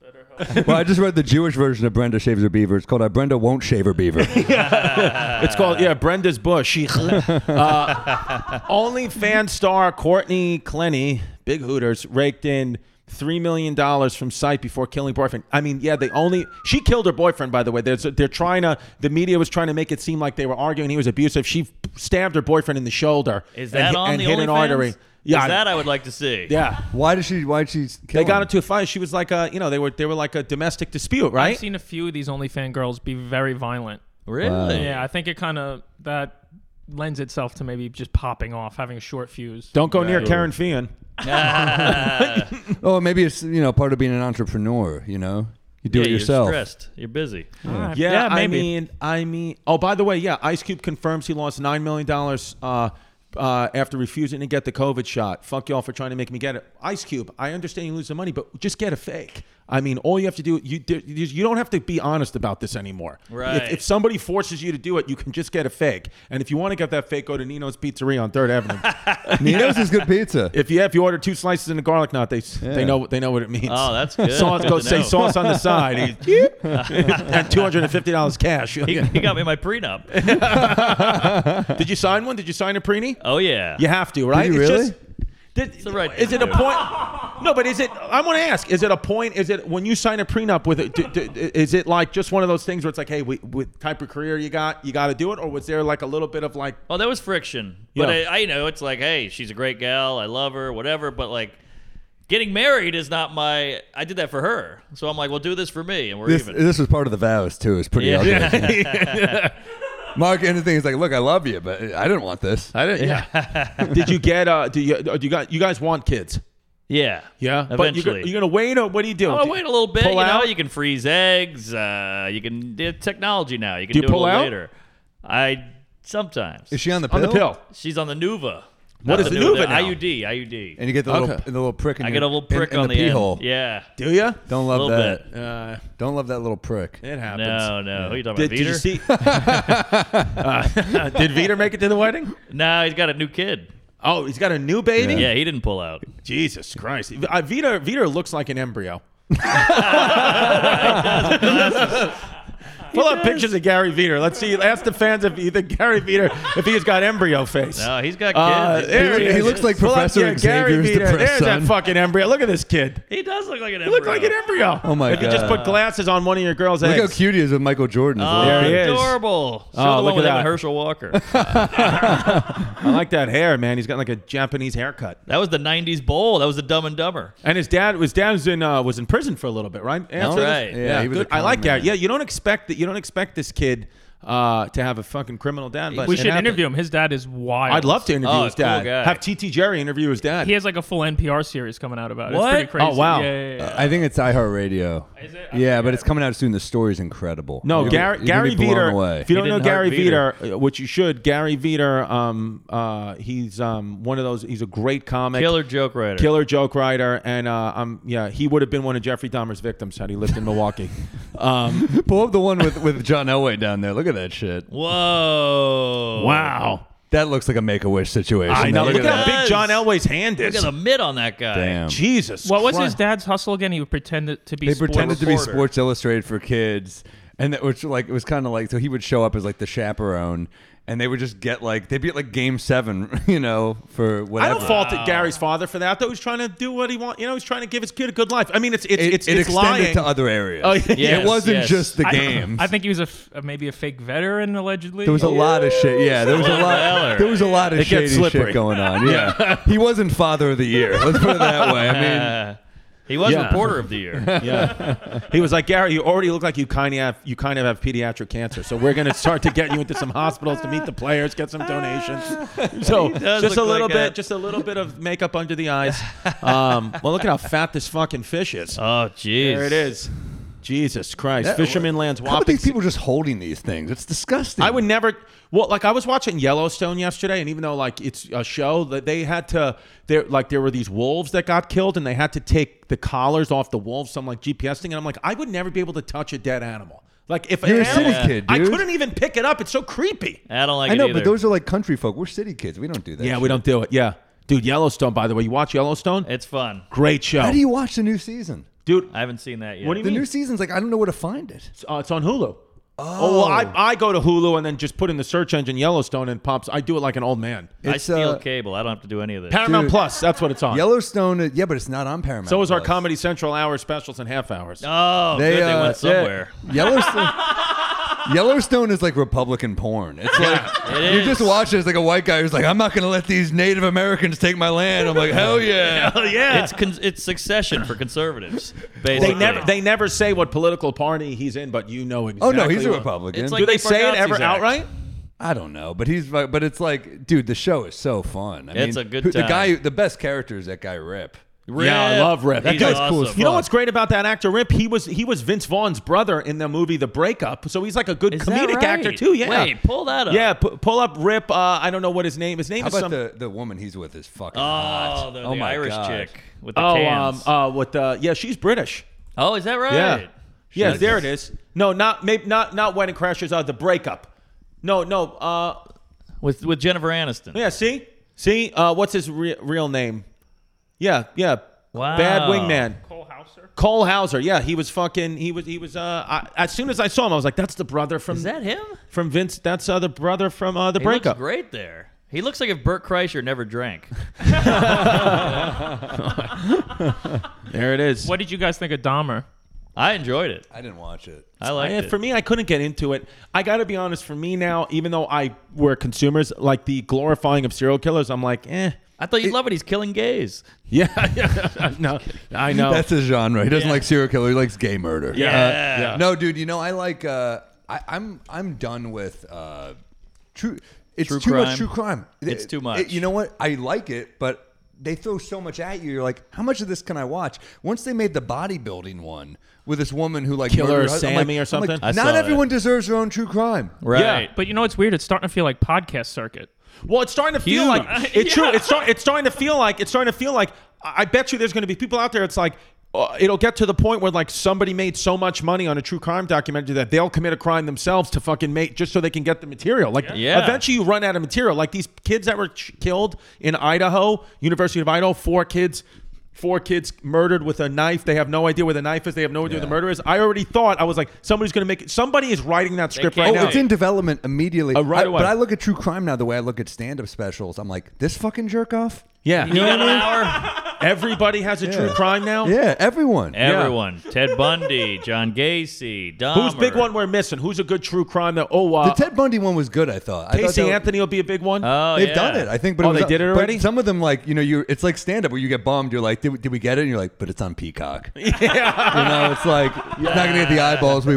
[SPEAKER 5] Better help.
[SPEAKER 4] Well, I just read the Jewish version of Brenda Shaves Her Beaver. It's called I Brenda Won't Shave Her Beaver.
[SPEAKER 2] It's called yeah, Brenda's Bush. She, uh, only fan star Courtney Clenny, big hooters, raked in three million dollars from site before killing boyfriend. I mean, yeah, they only she killed her boyfriend. By the way, There's, they're trying to. The media was trying to make it seem like they were arguing. He was abusive. She stabbed her boyfriend in the shoulder.
[SPEAKER 3] Is
[SPEAKER 2] and
[SPEAKER 3] that
[SPEAKER 2] hit-
[SPEAKER 3] on
[SPEAKER 2] and
[SPEAKER 3] the
[SPEAKER 2] hit
[SPEAKER 3] OnlyFans?
[SPEAKER 2] an artery? Yeah,
[SPEAKER 3] Is that I would like to see.
[SPEAKER 2] yeah.
[SPEAKER 4] why did she? Why did she? Kill
[SPEAKER 2] They got
[SPEAKER 4] him?
[SPEAKER 2] into a fight. She was like a, you know, they were they were like a domestic dispute, right?
[SPEAKER 5] I've seen a few of these OnlyFans girls be very violent.
[SPEAKER 3] Really?
[SPEAKER 5] Yeah, I think it kind of that lends itself to maybe just popping off, having a short fuse.
[SPEAKER 2] Don't go near Karen Fian.
[SPEAKER 4] Oh, maybe it's you know part of being an entrepreneur. You know, you do
[SPEAKER 3] Yeah,
[SPEAKER 4] it
[SPEAKER 3] you're
[SPEAKER 4] yourself.
[SPEAKER 3] stressed. You're busy.
[SPEAKER 5] All right.
[SPEAKER 2] Yeah, I
[SPEAKER 5] maybe.
[SPEAKER 2] mean, I mean. Oh, by the way, yeah, Ice Cube confirms he lost nine million dollars uh, uh, after refusing to get the COVID shot. Fuck y'all for trying to make me get it. Ice Cube, I understand you lose the money, but just get a fake. I mean, all you have to do you do- you you don't have to be honest about this anymore.
[SPEAKER 3] Right.
[SPEAKER 2] If, if somebody forces you to do it, you can just get a fake. And if you want to get that fake, go to Nino's Pizzeria on Third Avenue.
[SPEAKER 4] Nino's is good pizza.
[SPEAKER 2] if you if you order two slices and a garlic knot, they
[SPEAKER 4] Yeah.
[SPEAKER 2] they know they know what it means.
[SPEAKER 3] Oh, that's good.
[SPEAKER 2] Sauce,
[SPEAKER 3] Good
[SPEAKER 2] go
[SPEAKER 3] to
[SPEAKER 2] say
[SPEAKER 3] know.
[SPEAKER 2] sauce on the side, and two hundred and fifty dollars cash.
[SPEAKER 3] He, he got me my prenup.
[SPEAKER 2] Did you sign one? Did you sign a preenie?
[SPEAKER 3] Oh yeah.
[SPEAKER 2] You have to, right?
[SPEAKER 4] Uh, you really?
[SPEAKER 2] did-
[SPEAKER 3] the right
[SPEAKER 2] is
[SPEAKER 3] thing
[SPEAKER 2] it a
[SPEAKER 3] to do.
[SPEAKER 2] point? No, but is it? I want to ask. Is it a point? Is it when you sign a prenup with it? Do, do, is it like just one of those things where it's like, hey, we, with type of career you got, you got to do it, or was there like a little bit of like,
[SPEAKER 3] Well, there was friction, but
[SPEAKER 2] Yeah.
[SPEAKER 3] I, I know it's like, hey, she's a great gal, I love her, whatever. But like, getting married is not my. I did that for her, so I'm like, well, do this for me, and we're
[SPEAKER 4] This,
[SPEAKER 3] even.
[SPEAKER 4] this was part of the vows too. It's pretty
[SPEAKER 3] Yeah.
[SPEAKER 4] ugly. Mark, anything is like, look, I love you, but I didn't want this. I didn't. Yeah.
[SPEAKER 2] did you get? Uh, do you? Do you got? You guys want kids?
[SPEAKER 3] yeah,
[SPEAKER 2] but you're,
[SPEAKER 3] Eventually,
[SPEAKER 2] gonna- you're gonna wait. Or what do you do?
[SPEAKER 3] Oh, wait a little bit.
[SPEAKER 2] Pull
[SPEAKER 3] you know,
[SPEAKER 2] out?
[SPEAKER 3] you can freeze eggs. Uh, you can do technology now. You can
[SPEAKER 2] Do
[SPEAKER 3] do,
[SPEAKER 2] you pull
[SPEAKER 3] it a little
[SPEAKER 2] out?
[SPEAKER 3] later. I sometimes
[SPEAKER 4] Is she on the
[SPEAKER 2] on
[SPEAKER 4] pill?
[SPEAKER 2] the pill.
[SPEAKER 3] she's on the Nuva.
[SPEAKER 2] What
[SPEAKER 3] What is
[SPEAKER 2] is the Nuva now?
[SPEAKER 3] IUD, IUD.
[SPEAKER 4] And you get the little,
[SPEAKER 2] Okay.
[SPEAKER 4] the little prick. In
[SPEAKER 3] I
[SPEAKER 4] your,
[SPEAKER 3] get a little
[SPEAKER 4] in-
[SPEAKER 3] prick
[SPEAKER 4] in
[SPEAKER 3] on
[SPEAKER 4] the, pee
[SPEAKER 3] end.
[SPEAKER 4] hole.
[SPEAKER 3] Yeah,
[SPEAKER 2] Do you?
[SPEAKER 4] Don't
[SPEAKER 3] a
[SPEAKER 4] love
[SPEAKER 3] little
[SPEAKER 4] that.
[SPEAKER 3] bit.
[SPEAKER 2] Uh,
[SPEAKER 4] Don't love that little prick.
[SPEAKER 2] it happens.
[SPEAKER 3] No, no. Who you talking
[SPEAKER 2] Did,
[SPEAKER 3] about?
[SPEAKER 2] did you
[SPEAKER 3] Veeder?
[SPEAKER 2] see? Uh, did Viter make it to the wedding?
[SPEAKER 3] No, he's got a new kid.
[SPEAKER 2] Oh, he's got a new baby.
[SPEAKER 3] Yeah, he didn't pull out.
[SPEAKER 2] Jesus Christ. Uh, Vita, Vita looks like an embryo. Pull up pictures of Gary Veter. Let's see. Ask the fans if you think Gary Veter if he's got embryo face.
[SPEAKER 3] No, he's got
[SPEAKER 2] Uh,
[SPEAKER 3] kids.
[SPEAKER 2] there
[SPEAKER 4] He
[SPEAKER 2] is.
[SPEAKER 4] looks like
[SPEAKER 2] Pull up,
[SPEAKER 4] Professor
[SPEAKER 2] yeah, Gary
[SPEAKER 4] Xavier's
[SPEAKER 2] Veeder.
[SPEAKER 4] depressed
[SPEAKER 2] There's that
[SPEAKER 4] son.
[SPEAKER 2] fucking embryo. Look at this kid.
[SPEAKER 3] He does look like an.
[SPEAKER 2] He looked like an embryo.
[SPEAKER 4] Oh my
[SPEAKER 2] if you just
[SPEAKER 4] God.
[SPEAKER 2] put glasses on one of your girl's
[SPEAKER 4] Look how
[SPEAKER 2] eggs.
[SPEAKER 4] cute he is with Michael Jordan. as
[SPEAKER 3] Oh,
[SPEAKER 4] well.
[SPEAKER 2] There he is.
[SPEAKER 3] adorable. Show
[SPEAKER 2] Oh,
[SPEAKER 3] the
[SPEAKER 2] look
[SPEAKER 3] one with
[SPEAKER 2] at
[SPEAKER 3] him and
[SPEAKER 2] that.
[SPEAKER 3] Herschel Walker.
[SPEAKER 2] I like that hair, man. He's got like a Japanese haircut.
[SPEAKER 3] that was the '90s bowl. That was the Dumb and Dumber.
[SPEAKER 2] And his dad was dad was in uh, was in prison for a little bit, right? After this?
[SPEAKER 3] right.
[SPEAKER 4] Yeah, he was a
[SPEAKER 2] good. I
[SPEAKER 4] con
[SPEAKER 2] like
[SPEAKER 4] man.
[SPEAKER 2] that. Yeah, you don't expect that. You don't expect this kid uh, to have a fucking criminal dad. But
[SPEAKER 5] we
[SPEAKER 2] it
[SPEAKER 5] should
[SPEAKER 2] happened.
[SPEAKER 5] interview him. His dad is wild.
[SPEAKER 2] I'd love to interview
[SPEAKER 3] Oh,
[SPEAKER 2] his
[SPEAKER 3] cool
[SPEAKER 2] dad.
[SPEAKER 3] guy.
[SPEAKER 2] Have TT Jerry interview his dad.
[SPEAKER 5] He has like a full NPR series coming out about it.
[SPEAKER 3] What?
[SPEAKER 5] It's pretty crazy.
[SPEAKER 2] Oh, wow.
[SPEAKER 5] Yeah, yeah, yeah.
[SPEAKER 4] I think it's iHeartRadio.
[SPEAKER 5] Is it? I
[SPEAKER 4] Yeah, but
[SPEAKER 5] forget.
[SPEAKER 4] it's coming out soon. The story's incredible.
[SPEAKER 2] no,
[SPEAKER 4] You're
[SPEAKER 2] Gary
[SPEAKER 4] gonna- you're gonna
[SPEAKER 2] Gary
[SPEAKER 4] be blown
[SPEAKER 2] Veter.
[SPEAKER 4] away.
[SPEAKER 2] If you don't
[SPEAKER 3] He
[SPEAKER 2] know
[SPEAKER 3] didn't hire
[SPEAKER 2] Gary
[SPEAKER 3] Veter.
[SPEAKER 2] Veter, uh, which you should, Gary Veter, um, uh, he's um, one of those. He's a great comic,
[SPEAKER 3] Killer joke writer.
[SPEAKER 2] killer joke writer, and uh, um, yeah, he would have been one of Jeffrey Dahmer's victims had he lived in Milwaukee. um,
[SPEAKER 4] Pull up the one with, with John Elway down there. Look at that shit.
[SPEAKER 3] Whoa.
[SPEAKER 2] wow.
[SPEAKER 4] That looks like a make a wish situation.
[SPEAKER 2] I know.
[SPEAKER 4] That
[SPEAKER 2] Look,
[SPEAKER 4] looks-
[SPEAKER 3] at
[SPEAKER 2] how
[SPEAKER 3] that.
[SPEAKER 2] big John Elway's hand
[SPEAKER 3] Look
[SPEAKER 2] is.
[SPEAKER 3] at the mid on that guy.
[SPEAKER 4] Damn.
[SPEAKER 2] Jesus.
[SPEAKER 5] What was his
[SPEAKER 2] Christ.
[SPEAKER 5] dad's hustle again? He would pretend it to be.
[SPEAKER 4] They
[SPEAKER 5] sports.
[SPEAKER 4] pretended to be
[SPEAKER 3] reporter.
[SPEAKER 4] Sports Illustrated for kids, and that which like it was kind of like so he would show up as like the chaperone, and they would just get like they'd be at like Game Seven, you know, for
[SPEAKER 2] I
[SPEAKER 4] whatever.
[SPEAKER 2] don't fault at Gary's father for that. Though he's trying to do what he wants. You know, he's trying to give his kid a good life. I mean, it's it's
[SPEAKER 4] It,
[SPEAKER 2] it's,
[SPEAKER 4] it
[SPEAKER 2] it's
[SPEAKER 4] extended
[SPEAKER 2] lying.
[SPEAKER 4] to other areas.
[SPEAKER 2] Oh, yeah.
[SPEAKER 3] Yes,
[SPEAKER 4] it wasn't
[SPEAKER 3] yes.
[SPEAKER 4] just the
[SPEAKER 5] I-
[SPEAKER 4] games.
[SPEAKER 5] I, think he was a f- uh, maybe a fake veteran allegedly.
[SPEAKER 4] There was a lot of shit. Yeah, there was a
[SPEAKER 3] Weller.
[SPEAKER 4] lot. There was a lot of
[SPEAKER 2] It gets
[SPEAKER 4] shady
[SPEAKER 2] slippery.
[SPEAKER 4] shit going on. Yeah, he wasn't father of the year. Let's put it that way. I mean,
[SPEAKER 3] Uh, he was
[SPEAKER 2] Yeah.
[SPEAKER 3] reporter of the year.
[SPEAKER 2] He was like, Gary, you already look like you kind of have you kind of have pediatric cancer. So we're gonna start to get you into some hospitals to meet the players, get some donations. So
[SPEAKER 3] does
[SPEAKER 2] just a
[SPEAKER 3] look
[SPEAKER 2] little
[SPEAKER 3] like
[SPEAKER 2] bit,
[SPEAKER 3] a-
[SPEAKER 2] just a little bit of makeup under the eyes. Um, well, look at how fat this fucking fish is.
[SPEAKER 3] oh, jeez.
[SPEAKER 2] there it is. Jesus Christ,
[SPEAKER 4] that-
[SPEAKER 2] Fisherman Lands
[SPEAKER 4] How about
[SPEAKER 2] Whopping.
[SPEAKER 4] these people just holding these things? It's disgusting.
[SPEAKER 2] I would never. Well, like I was watching Yellowstone yesterday, and even though like it's a show that they had to, there like there were these wolves that got killed, and they had to take the collars off the wolves. Some like GPS thing, and I'm like, I would never be able to touch a dead animal. Like if an
[SPEAKER 4] You're a
[SPEAKER 2] animal-
[SPEAKER 4] city kid,
[SPEAKER 2] I
[SPEAKER 4] dude.
[SPEAKER 2] couldn't even pick it up. It's so creepy.
[SPEAKER 3] I don't like
[SPEAKER 4] I
[SPEAKER 3] it
[SPEAKER 4] know,
[SPEAKER 3] either.
[SPEAKER 4] but those are like country folk. We're city kids. We don't do that.
[SPEAKER 2] Yeah,
[SPEAKER 4] shit.
[SPEAKER 2] we don't do it. Yeah, dude, Yellowstone. By the way, you watch Yellowstone?
[SPEAKER 3] it's fun.
[SPEAKER 2] Great show,
[SPEAKER 4] How do you watch the new season?
[SPEAKER 2] dude.
[SPEAKER 3] I haven't seen that yet.
[SPEAKER 2] What do you
[SPEAKER 4] The
[SPEAKER 2] mean?
[SPEAKER 4] new season's like I don't know where to find it.
[SPEAKER 2] It's, uh, it's on Hulu. Oh, well, I, I go to Hulu and then just put in the search engine Yellowstone and it pops. I do it like an old man.
[SPEAKER 3] I
[SPEAKER 4] It's,
[SPEAKER 3] steal
[SPEAKER 4] uh,
[SPEAKER 3] cable. I don't have to do any of this.
[SPEAKER 2] Paramount
[SPEAKER 4] Dude.
[SPEAKER 2] Plus. That's what it's on.
[SPEAKER 4] Yellowstone. uh, Yeah, but it's not on Paramount.
[SPEAKER 2] So is our
[SPEAKER 4] Plus.
[SPEAKER 2] Comedy Central hour specials and half hours.
[SPEAKER 3] oh, good. they
[SPEAKER 4] uh, yeah,
[SPEAKER 3] went somewhere.
[SPEAKER 4] Yellowstone. Yellowstone is like Republican porn. It's like you just watch it. It's like a white guy who's like, I'm not going to let these Native Americans take my land. I'm like, hell yeah.
[SPEAKER 3] Oh yeah, it's con- it's succession for conservatives. Basically,
[SPEAKER 2] they never they never say what political party he's in, but you know
[SPEAKER 4] Oh
[SPEAKER 2] exactly.
[SPEAKER 4] no, he's a
[SPEAKER 2] what-
[SPEAKER 4] Republican.
[SPEAKER 3] It's
[SPEAKER 2] Do
[SPEAKER 3] like-
[SPEAKER 2] they
[SPEAKER 3] They
[SPEAKER 2] say it
[SPEAKER 3] forgot
[SPEAKER 2] ever
[SPEAKER 3] Zizek.
[SPEAKER 2] outright?
[SPEAKER 4] I don't know, but he's like- but it's like, dude, the show is so fun. I
[SPEAKER 3] It's
[SPEAKER 4] mean,
[SPEAKER 3] a good
[SPEAKER 4] who- The
[SPEAKER 3] time.
[SPEAKER 4] guy, the best character is that guy Rip.
[SPEAKER 3] Rip.
[SPEAKER 2] Yeah, I love Rip. That
[SPEAKER 3] He's
[SPEAKER 4] guy's cool
[SPEAKER 3] awesome.
[SPEAKER 4] as
[SPEAKER 2] You know
[SPEAKER 4] Fuck.
[SPEAKER 2] what's great about that actor Rip? He was he was Vince Vaughn's brother in the movie The Breakup, so he's like a good
[SPEAKER 3] Is that
[SPEAKER 2] comedic
[SPEAKER 3] right?
[SPEAKER 2] actor too. Yeah,
[SPEAKER 3] Wait, pull that up.
[SPEAKER 2] Yeah, pu- pull up Rip. Uh, I don't know what his name. His name
[SPEAKER 4] How
[SPEAKER 2] is some.
[SPEAKER 4] about the, the woman he's with is fucking
[SPEAKER 3] Oh,
[SPEAKER 4] hot.
[SPEAKER 3] the,
[SPEAKER 4] oh
[SPEAKER 3] the
[SPEAKER 4] my
[SPEAKER 3] Irish
[SPEAKER 4] God.
[SPEAKER 3] chick with the
[SPEAKER 2] oh, um,
[SPEAKER 3] cans.
[SPEAKER 2] uh, what the? Yeah, she's British.
[SPEAKER 3] oh, is that right?
[SPEAKER 2] Yeah. Yeah, there it is. No, not maybe not not Wedding Crashers. Uh, the Breakup. No, no. Uh,
[SPEAKER 3] With with Jennifer Aniston.
[SPEAKER 2] Yeah, see? See? Uh, what's his re- real name? Yeah, yeah.
[SPEAKER 3] Wow.
[SPEAKER 2] Bad wingman.
[SPEAKER 5] Cole Hauser.
[SPEAKER 2] Cole Hauser. Yeah, he was fucking he was he was uh I, as soon as I saw him I was like that's the brother from
[SPEAKER 3] Is that him?
[SPEAKER 2] from Vince that's uh, the brother from uh the
[SPEAKER 3] He
[SPEAKER 2] breakup.
[SPEAKER 3] looks great there. He looks like if Burt Kreischer never drank.
[SPEAKER 2] There it is.
[SPEAKER 5] What did you guys think of Dahmer?
[SPEAKER 3] I enjoyed it.
[SPEAKER 4] I didn't watch it.
[SPEAKER 3] I liked
[SPEAKER 2] I-
[SPEAKER 3] it.
[SPEAKER 2] For me, I couldn't get into it. I got to be honest. For me now, even though I were consumers, like the glorifying of serial killers, I'm like, eh,
[SPEAKER 3] I thought you'd love it. He's killing gays.
[SPEAKER 2] yeah, no, I know.
[SPEAKER 4] That's his genre. He doesn't like serial killer. He likes gay murder.
[SPEAKER 2] yeah.
[SPEAKER 3] Yeah.
[SPEAKER 2] yeah.
[SPEAKER 4] No, dude. You know, I like. Uh, I, I'm I'm done with uh, true. It's
[SPEAKER 3] True
[SPEAKER 4] too
[SPEAKER 3] crime.
[SPEAKER 4] much true crime.
[SPEAKER 3] It's
[SPEAKER 4] It-
[SPEAKER 3] too much.
[SPEAKER 4] it- you know what? I like it, but they throw so much at you. You're like, how much of this can I watch? Once they made the bodybuilding one with this woman who like
[SPEAKER 2] Killer
[SPEAKER 4] murdered her- I'm
[SPEAKER 2] Sammy
[SPEAKER 4] like-
[SPEAKER 2] or something?
[SPEAKER 4] I'm
[SPEAKER 2] I
[SPEAKER 4] like,
[SPEAKER 3] saw
[SPEAKER 4] not
[SPEAKER 3] that.
[SPEAKER 4] everyone deserves their own true crime.
[SPEAKER 3] Right.
[SPEAKER 5] But you know what's weird? It's starting to feel like podcast circuit.
[SPEAKER 2] Well, it's starting to feel
[SPEAKER 3] Huge.
[SPEAKER 2] like it's true. It's start, It's starting to feel like it's starting to feel like. I I bet you there's going to be people out there. It's like. Uh, it'll get to the point where like somebody made so much money on a true crime documentary that they'll commit a crime themselves to fucking make just so they can get the material. Like,
[SPEAKER 3] Yeah.
[SPEAKER 2] eventually you run out of material. Like these kids that were ch- killed in Idaho, University of Idaho, four kids, four kids murdered with a knife. They have no idea where the knife is. They have no idea where the
[SPEAKER 4] Yeah.
[SPEAKER 2] murder is. I already thought I was like somebody's going to make it. Somebody is writing that script
[SPEAKER 3] can't
[SPEAKER 2] right
[SPEAKER 4] Oh,
[SPEAKER 2] now.
[SPEAKER 4] it's in development immediately.
[SPEAKER 2] Uh, right
[SPEAKER 4] I-
[SPEAKER 2] away.
[SPEAKER 4] But I look at true crime now the way I look at stand up specials. I'm like, this fucking jerk off.
[SPEAKER 2] yeah,
[SPEAKER 3] You got an hour?
[SPEAKER 2] everybody has a true
[SPEAKER 4] Yeah.
[SPEAKER 2] crime now.
[SPEAKER 4] Yeah, everyone.
[SPEAKER 3] Everyone. Ted Bundy, John Gacy, Dahmer.
[SPEAKER 2] Who's big one we're missing? Who's a good true crime that? Oh, uh,
[SPEAKER 4] the Ted Bundy one was good. I thought. I thought
[SPEAKER 2] Casey
[SPEAKER 4] that-
[SPEAKER 2] Anthony will be a big one.
[SPEAKER 3] Oh,
[SPEAKER 4] They've
[SPEAKER 3] yeah.
[SPEAKER 4] done it, I think. But
[SPEAKER 2] Oh,
[SPEAKER 4] it was
[SPEAKER 2] they did it
[SPEAKER 4] but
[SPEAKER 2] already?
[SPEAKER 4] some of them, like you know, you it's like stand up where you get bombed. You're like, did, did we get it? And you're like, but it's on Peacock. Yeah. you know, it's like you're not gonna get the eyeballs we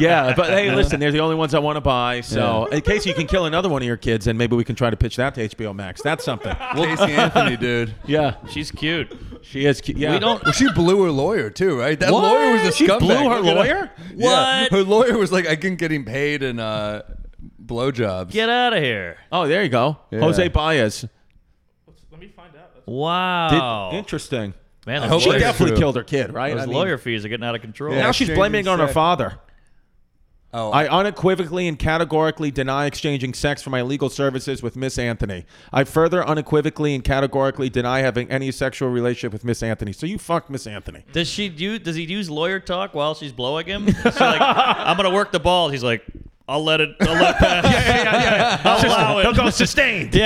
[SPEAKER 2] yeah, but hey, listen, they're the only ones I want to buy. So in case you can kill another one of your kids, and maybe we can try to pitch that to HBO Max. That's something.
[SPEAKER 4] Casey Anthony, dude.
[SPEAKER 2] Yeah,
[SPEAKER 3] She's cute.
[SPEAKER 2] she is. Cute. Yeah,
[SPEAKER 3] We don't.
[SPEAKER 4] Well, she blew her lawyer too, right? That
[SPEAKER 2] What?
[SPEAKER 4] lawyer was a
[SPEAKER 2] She
[SPEAKER 4] scumbag.
[SPEAKER 2] blew her
[SPEAKER 4] Look at
[SPEAKER 2] lawyer?
[SPEAKER 4] Yeah,
[SPEAKER 3] What?
[SPEAKER 4] her lawyer was like, I can getting paid in uh, blowjobs.
[SPEAKER 3] Get out of here.
[SPEAKER 2] Oh, there you go,
[SPEAKER 4] Yeah.
[SPEAKER 2] Jose Baez.
[SPEAKER 5] Let me find out.
[SPEAKER 2] Did-
[SPEAKER 3] Wow.
[SPEAKER 2] Interesting.
[SPEAKER 3] Man,
[SPEAKER 4] I
[SPEAKER 3] those,
[SPEAKER 4] hope
[SPEAKER 2] She
[SPEAKER 4] Lawyer
[SPEAKER 3] lawyer,
[SPEAKER 2] definitely
[SPEAKER 4] true.
[SPEAKER 2] killed her kid, right?
[SPEAKER 3] those
[SPEAKER 2] I mean,
[SPEAKER 3] lawyer fees are getting out of control.
[SPEAKER 2] Now
[SPEAKER 4] Yeah.
[SPEAKER 2] she's
[SPEAKER 4] Shame
[SPEAKER 2] blaming it on
[SPEAKER 4] and
[SPEAKER 2] her
[SPEAKER 4] sad.
[SPEAKER 2] father. Oh. I unequivocally and categorically deny exchanging sex for my legal services with Miss Anthony. I further unequivocally and categorically deny having any sexual relationship with Miss Anthony. So you fucked Miss Anthony.
[SPEAKER 3] Does she do? Does he use lawyer talk while she's blowing him? She's like, I'm gonna work the balls. He's like, I'll let it. I'll let pass. yeah, yeah, yeah. I'll allow it.
[SPEAKER 2] go sustained.
[SPEAKER 4] Can